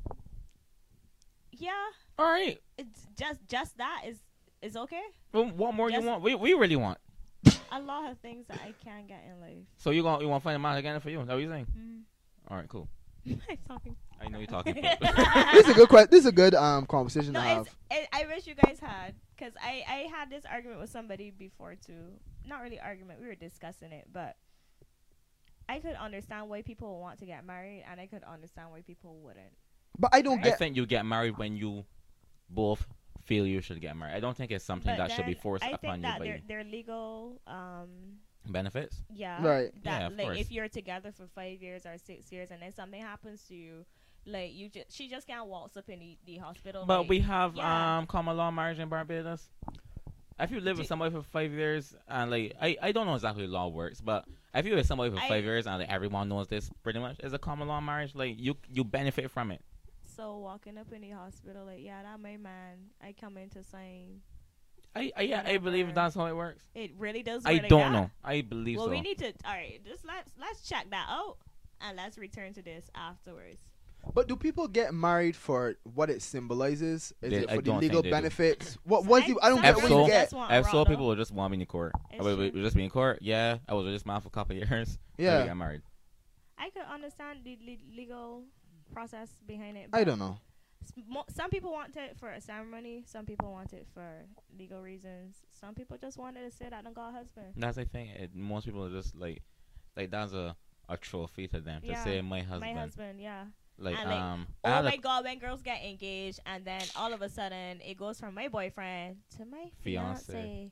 B: Yeah,
C: All right.
B: it's just just that is is okay.
C: Well, what more
B: Yes.
C: you want? We we really want.
B: A lot of things that I can't get in life.
C: So you gonna you want to find a man again for you? Is that what you saying?
B: Mm. [laughs]
C: All right, cool.
B: I'm talking.
C: I know you're talking.
B: [laughs]
A: this is a good que- This is a good um conversation
B: No,
A: to
B: it's,
A: have.
B: it, I wish you guys had, cause I I had this argument with somebody before too. Not really argument. We were discussing it, but I could understand why people want to get married, and I could understand why people wouldn't.
A: But I don't
C: [laughs] I
A: get.
C: think you get married when you both feel you should get married. I don't think it's something
B: But
C: that should be
B: then
C: forced
B: I
C: upon
B: think
C: you
B: that
C: by
B: their their legal um
C: benefits.
B: yeah
A: Right.
B: that
C: Yeah, of
B: like
C: course.
B: if you're together for five years or six years and then something happens to you like you just she just can't waltz up in the, the hospital
C: But
B: like,
C: we have
B: yeah.
C: um common law marriage in Barbados. If you live with
B: Do-
C: somebody for five years and like I, I don't know exactly how law works, but if you with somebody for
B: I-
C: five years and like everyone knows this pretty much, it's a common law marriage. Like you you benefit from it.
B: so walking up in the hospital like yeah that my man I come in to sign
C: I, I yeah I believe
B: Whatever.
C: that's how it works.
B: it really does
C: I
B: work like
C: don't
B: that?
C: know. I believe
B: well
C: so.
B: we need to all right just let's let's check that out and let's return to this afterwards
A: But do people get married for what it symbolizes? Is
C: They-
A: it
C: I
A: for the
C: don't think
A: legal
C: they do.
A: benefits? What was the? I don't
C: some
A: get what
C: people
A: Uh, you get.
B: just want
C: I have saw
B: Ronaldo.
C: people who just want me in court.
B: It's
C: I was,
B: true.
C: just be in court. Yeah, I was with this man for a couple of [laughs] years. and we
A: Yeah,
C: got married.
B: I could understand the le- legal process behind it
A: I
B: but
A: don't know.
B: S- mo- some people want it for a ceremony. Some people want it for legal reasons. Some people just wanted to say that and got a husband.
C: That's the thing. It, most people are just like, like that's a, a trophy to them to
B: Yeah,
C: say my husband.
B: My husband, yeah.
C: Like
B: and, like,
C: um, I
B: Oh
C: had a-
B: my god, when girls get engaged and then all of a sudden it goes from my boyfriend to my
C: Fiancé.
B: fiance.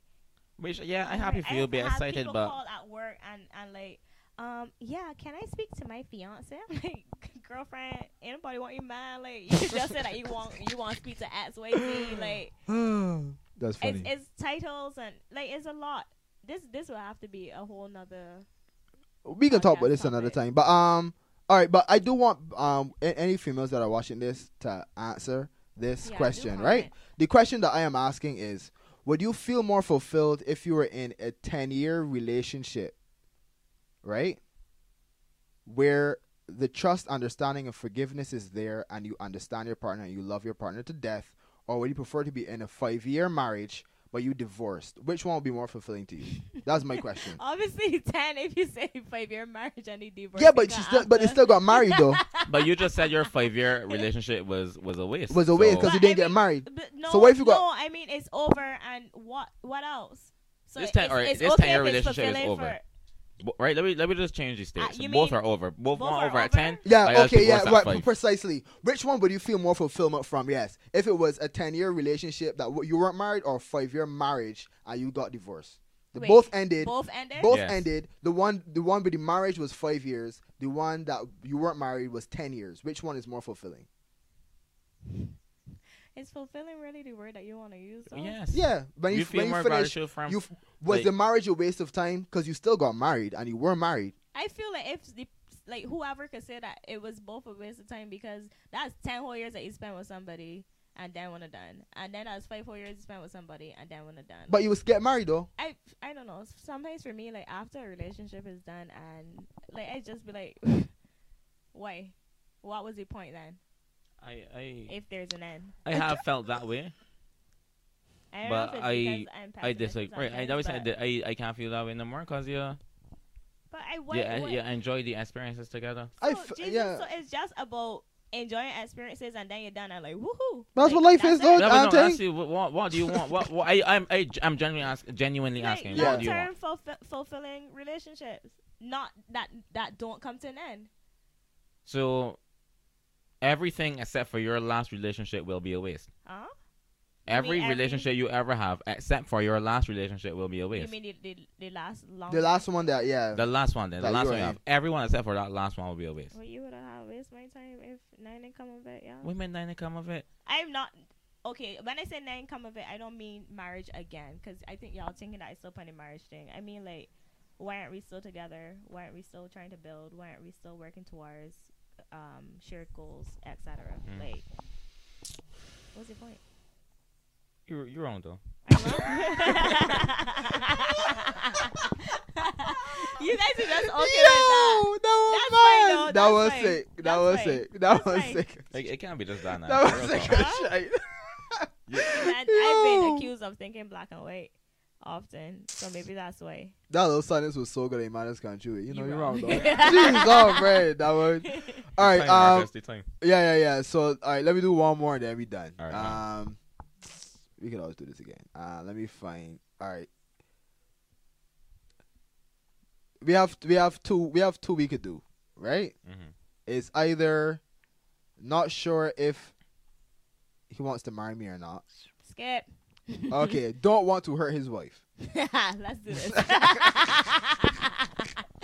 C: which, yeah, I'm happy for you. Be excited,
B: people
C: but
B: call at work and and like. Um, yeah, can I speak to my fiance? [laughs] like, girlfriend, anybody want your man? Like, you just said that you
C: [laughs]
B: want you want to speak to X, Y, Z. Like,
A: That's
B: it's,
A: funny.
B: it's titles and like it's a lot. This this will have to be a whole nother.
A: we can talk about
B: podcast
A: this another
B: topic.
A: time. But um, all right. But I do want um a- any females that are watching this to answer this
B: Yeah,
A: question,
B: do
A: right?
B: comment.
A: The question that I am asking is: Would you feel more fulfilled if you were in a ten-year relationship, right, where the trust, understanding, and forgiveness is there, and you understand your partner and you love your partner to death, or would you prefer to be in a five-year marriage? But you divorced. Which one would be more fulfilling to
B: [laughs]
A: you? That's my question.
B: Oh, Obviously, [laughs] ten if you say five year marriage and you divorce.
A: Yeah, but
B: you
A: she
B: got
A: still, but they
B: after.
A: still got married
B: [laughs]
A: though.
C: [laughs] but you just said your five year relationship was was a waste.
A: Was a waste
C: so-
A: because you
B: But I
A: didn't get
B: mean-
A: married.
B: But no,
A: So what if you got-
B: no? I mean, it's over, and what what else? So
C: This ten-
B: it's,
C: all right,
B: it's
C: this
B: okay
C: 10-year
B: if it's
C: relationship is
B: fulfilling
C: over.
B: for-
C: Bo- right. Let me let me just change these
B: Uh,
C: states.
B: you
C: both
B: mean
C: are over. Both, one
B: both are
C: over at
B: over?
C: ten.
A: Yeah,
C: like, let's
A: okay, yeah,
C: divorce at
A: right,
C: five.
A: precisely. Which one would you feel more fulfillment from? Yes, if it was a ten-year relationship that w- you weren't married, or five-year marriage and you got divorced. The
B: Wait,
A: both ended. Both,
B: Both ended.
C: Yes.
A: ended. The one, the one with the marriage was five years. The one that you weren't married was ten years. Which one is more fulfilling?
B: Is fulfilling really the word that you want to use? though?
C: Yes.
A: Yeah, when you,
C: You feel
A: when
C: more
A: you finish,
C: gratitude from
A: you f- was
C: like-
A: the marriage a waste of time because you still got married and you were married.
B: I feel like if the like whoever could say that it was both a waste of time because that's ten whole years that you spent with somebody and then when are done, and then that's five whole years you spent with somebody and then when are done.
A: But you was get married though.
B: I I don't know. Sometimes for me, like after a relationship is done, and like I just be like, [sighs] why? What was the point then?
C: I I,
B: If there's an end,
C: I
B: [laughs]
C: have felt that way.
B: I don't
C: But
B: know if it's
C: I-
B: because
C: I
B: I'm pessimistic
C: dislike. Right. I
B: sometimes,
C: always
B: but,
C: said that I I can't feel that way no more because yeah.
B: but I what,
C: yeah,
B: what-
C: yeah, enjoy the experiences together.
A: I
B: so,
A: f-
B: Jesus,
A: yeah.
B: so it's just about enjoying experiences and then you're done and like woohoo.
A: That's
B: Like,
A: what life is,
B: it.
A: though.
C: No, but
A: I'm
C: no,
A: saying-
C: honestly, what, what, what do you want? What, what I, I'm, I, I'm genuinely, ask, genuinely
B: like
C: asking. What
B: long
C: do you want?
B: term fulfi- fulfilling relationships, not that that don't come to an end.
C: So, everything except for your last relationship will be a waste.
B: Huh?
C: Every
B: mean every-
C: relationship you ever have, except for your last relationship, will be a
B: You
C: waste.
B: mean the, the, the last long?
A: The last one that yeah.
C: The last one, then the
A: That
C: last
A: you
C: one you
A: are
C: have.
A: in.
C: Everyone except for that last one will be a waste.
B: Well, you would have waste my time if nine didn't come of it. Yeah.
C: Women didn't come of it.
B: I'm not. Okay, when I say nine come of it, I don't mean marriage again, because I think y'all thinking that I still on the marriage thing. I mean like why aren't we still together? Why aren't we still trying to build? Why aren't we still working towards um, shared goals, etc.?
C: Mm.
B: Like, what's your point?
C: You're, you're wrong though.
B: [laughs]
A: [laughs]
B: you [laughs] guys are just okay with that.
A: Yo, that
B: That's fine,
A: was
B: though.
A: mad. That
B: That's
A: was
B: fine.
A: sick. That
B: That's
A: was
B: fine.
A: sick. That
B: That's
A: was
B: fine.
A: sick.
C: Like, it can't be
A: [laughs]
C: just that. Now.
A: That was
C: Real
A: sick.
C: talk.
B: Huh?
A: shite. [laughs]
B: Man, I've
A: Yo.
B: been accused of thinking black and white often, so maybe that's why. [laughs]
A: That little silence was so good. It matters can't you? You know
B: You
A: you're
B: wrong.
A: wrong.
B: [laughs]
A: though. [laughs] Jeez, all right, that [laughs] one. All right.
C: Time,
A: Um.
C: Marcus, the time.
A: Yeah, yeah, yeah. So, all right, let me do one more, and then we done.
C: All right,
A: um, we can always do this again. Uh, let me find. All right. We have we have two we have two we could do right.
C: Mhm.
A: It's either not sure if he wants to marry me or not.
B: Skip. [laughs]
A: Okay, don't want to hurt his wife.
B: Let's do
A: [laughs]
B: this. Because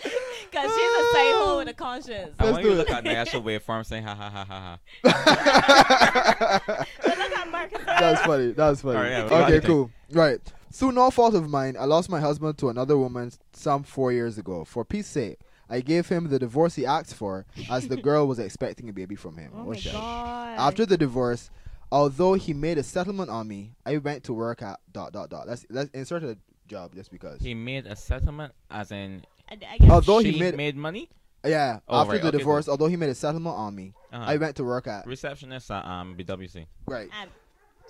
B: she's a psycho with a conscience.
C: I
A: Let's
C: want
A: do
C: you to
A: it.
C: look at the actual waveform saying ha ha ha ha ha.
A: That's
B: But look at Marcus.
A: funny. [laughs] That's funny.
C: All right, yeah, we got
A: okay,
C: it.
A: cool. Right. Through no fault of mine, I lost my husband to another woman some four years ago. For peace sake, I gave him the divorce he asked for, as the girl was expecting a baby from him.
B: Oh
A: What
B: my
A: the-
B: god.
A: After the divorce, although he made a settlement on me, I went to work at dot dot dot. Let's let's insert a job just because.
C: He made a settlement, as in
B: I, I guess
A: Although he
C: she
A: made-
C: money.
A: yeah.
C: Oh,
A: after
C: right,
A: the
C: okay,
A: divorce, although he made a settlement on me,
C: Uh-huh.
A: I went to work at
C: Receptionist at um BWC.
A: right. [laughs]
B: um,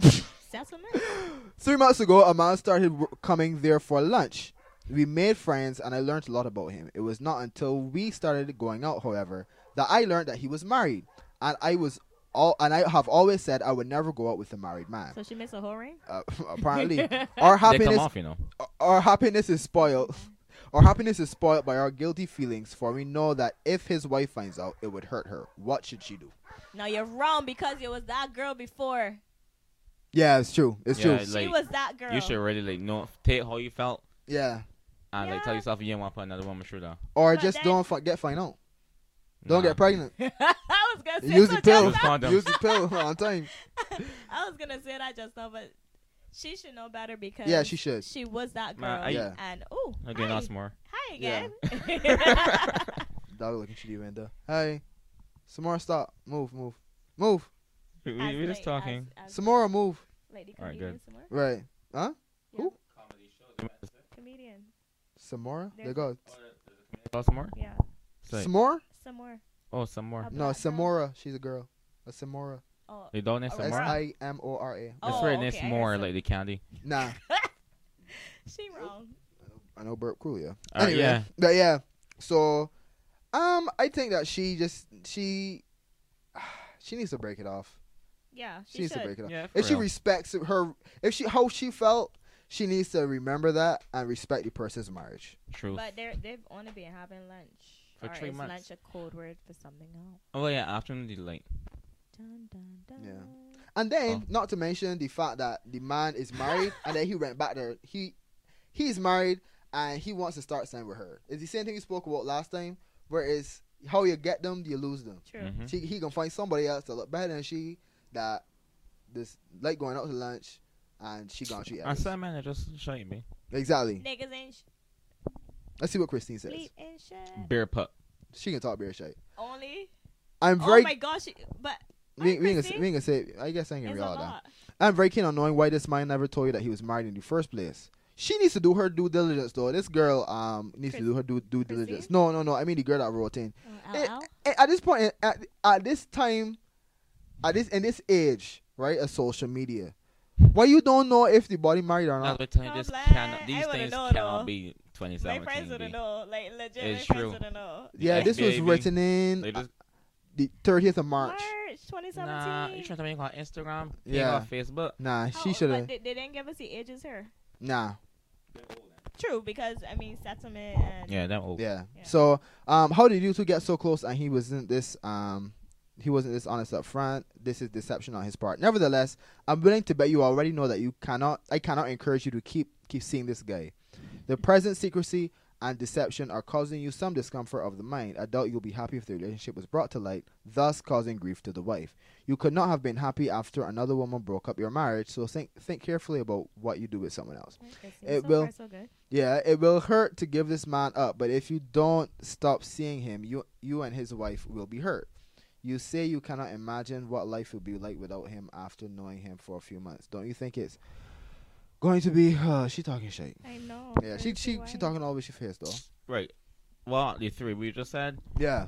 B: settlement?
A: Three months ago, a man started w- coming there for lunch. We made friends, and I learned a lot about him. It was not until we started going out, however, that I learned that he was married, and I was all and I have always said I would never go out with a married man.
B: So she makes a whole ring?
A: Uh, [laughs]
B: [laughs]
A: apparently, our
C: They come
A: happiness,
C: off, you know.
A: our happiness is spoiled. [laughs] Our happiness is spoiled by our guilty feelings, for we know that if his wife finds out, it would hurt her. What should she do?
B: No, you're wrong because it was that girl before.
A: Yeah, it's true. It's
C: Yeah,
A: true.
C: it's-
B: she
C: Like,
B: was that girl.
C: You should really like know, take how you felt,
A: Yeah,
C: and Uh, like tell
B: Yeah.
C: yourself you didn't want to put another woman through that.
A: or
B: But
A: just
B: then-
A: don't fi- get find out. Don't
C: Nah.
A: get pregnant.
B: [laughs] I was gonna say
A: Use
B: so
A: the pill.
B: just now.
C: Condoms.
A: Use the pill on time.
B: [laughs] I was gonna say that just now, but she should know better because
A: Yeah, she should.
B: she was that girl.
C: Man, I-
A: Yeah.
B: And oh,
C: Okay,
B: hi,
C: not
B: [laughs]
C: more.
B: hi
A: Yeah.
B: again.
A: [laughs]
B: [laughs]
A: Dog looking shitty window. Hey, Samora, stop. Move, move, move.
C: We, [laughs]
B: As
C: we, we're just
B: like-
C: talking.
B: as- as
A: Samora, move.
B: lady
C: All right,
B: comedian
C: good.
B: somewhere.
A: Right. Huh?
B: Comedian.
A: Samora? There
B: There's-
A: goes.
C: Oh, some more?
B: Yeah.
C: Say,
A: Samora?
B: Some more.
C: oh, some more.
B: A
A: No,
B: black girl.
A: Samora. She's a girl. A Samora.
B: Oh.
C: You don't need
B: Oh,
C: some
A: S
C: more?
B: right.
A: I M O R A.
B: Oh.
C: That's right, next
B: okay, I heard
C: more
B: some-
C: like the candy.
A: Nah.
B: She wrong.
A: I know Burp Crew, yeah.
C: All right,
A: anyway,
C: yeah.
A: but yeah, so um, I think that she just she [sighs] she needs to break it off.
B: Yeah.
A: She,
B: She,
A: needs
B: should.
A: to break it off.
C: Yeah, for
A: if she
C: real.
A: respects her, if she how she felt, she needs to remember that and respect the person's marriage.
C: Truth.
B: But they're they've only been having lunch.
C: For
B: or
C: three
B: is
C: months.
B: Lunch a code word for something else.
C: Oh yeah, afternoon delight.
B: Dun, dun, dun.
A: Yeah. And then,
C: Oh.
A: not to mention the fact that the man is married, and then he went back there. He he's married, and he wants to start something with her. It's the same thing you spoke about last time, where it's how you get them, you lose them.
B: True.
C: Mhm.
A: She, he gonna find somebody else that look better than she that this like going out to lunch, and she gonna treat
C: And
A: others.
C: some men are just shite, me.
A: Exactly.
B: Niggas ain't sh-
A: Let's see what Christine says.
B: bleep and shit.
A: Mm.
C: Beer pup.
A: She can talk beer shit.
B: Only.
A: I'm
B: Oh
A: very.
B: my gosh. she- But
A: we, we, ain't gonna,
B: Christine.
A: we ain't gonna say. I guess I ain't gonna
B: it's a
A: read all that.
B: lot.
A: I'm very keen on knowing why this man never told you that he was married in the first place. She needs to do her due diligence, though. This girl um needs to
B: Chris-
A: do her due, due diligence.
B: Christine?
A: No, no, no. I mean the girl that wrote in.
B: Oh,
A: Eh,
B: LL?
A: A- At this point, at, at this time, at this in this age, right, of social media, why you don't know if the body married or
C: That's
A: not?
C: what telling
B: I'm
C: this
B: glad. I
C: cannot, these
B: wanna
C: things
B: know, though.
C: cannot be
B: My friends
C: 2017.
B: wouldn't
C: B.
B: know. Like legit, my
C: It's
B: friends
C: true.
B: wouldn't know.
A: Yeah, this was
C: Baby.
A: written in
C: They just,
A: the 30th of March.
B: March 2017.
C: nah, you trying to make on Instagram?
A: Yeah.
C: Yeah. on Facebook?
A: Nah,
B: How
A: she
B: old-
A: should
B: Oh, but
A: have.
B: They, they didn't give us the ages here.
A: Nah,
B: True, because I mean settlement and
C: Yeah, that old.
A: yeah.
B: Yeah.
A: So, um, how did you two get so close? And he wasn't this um, he wasn't this honest up front. This is deception on his part. Nevertheless, I'm willing to bet you already know that you cannot. I cannot encourage you to keep keep seeing this guy. The present secrecy and deception are causing you some discomfort of the mind, I doubt you'll be happy if the relationship was brought to light, thus causing grief to the wife. You could not have been happy after another woman broke up your marriage, so think, think carefully about what you do with someone else. It
B: so
A: will-
B: Far, so good.
A: Yeah, it will hurt to give this man up, but if you don't stop seeing him, you you and his wife will be hurt. You say you cannot imagine what life would be like without him after knowing him for a few months. Don't you think it's going to be? Uh, she talking shit.
B: I know.
A: Yeah, she she she talking all over she face though.
C: Right. Well, the three we just said.
A: Yeah,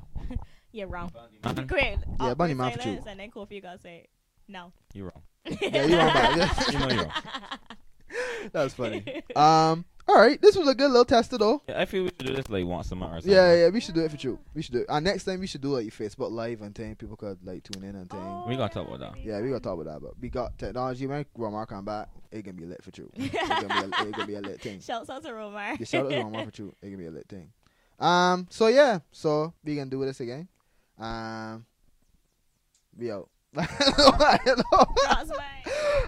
B: Yeah, wrong.
C: Man,
B: Great.
A: Yeah, bunny mouth
B: and
A: too.
B: And then Kofi got say no.
C: you wrong.
A: yeah, you on
B: [laughs]
A: that? [laughs]
C: You know you wrong.
A: That's funny. Um, all right, this was a good little tester though.
C: Yeah, I feel we should do this like once a month or something.
A: Yeah, yeah, we should do it for you. We should do it. And next time we should do like Facebook Live and thing. People could like tune in and thing.
B: Oh,
C: We gotta talk about that.
A: Yeah, we gonna talk about that, but we got technology, man. Romar come back, it gonna be lit for true. It gonna be a, it gonna be a lit
B: [laughs]
A: thing.
B: Shouts out to Romar.
A: The shout out to
B: [laughs]
A: Romar for true. It gonna be a lit thing. Um, so yeah, so we gonna do this again. Um, we out. [laughs] I know.
B: Frostbite.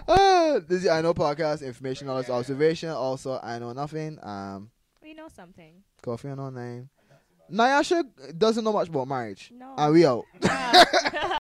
A: Ah, this is I know [laughs] podcast information, knowledge, observation. Also, I know nothing. Um,
B: We know something.
A: coffee and online. Nyasha doesn't know much about marriage.
B: No.
A: And we out. [laughs]
B: Yeah.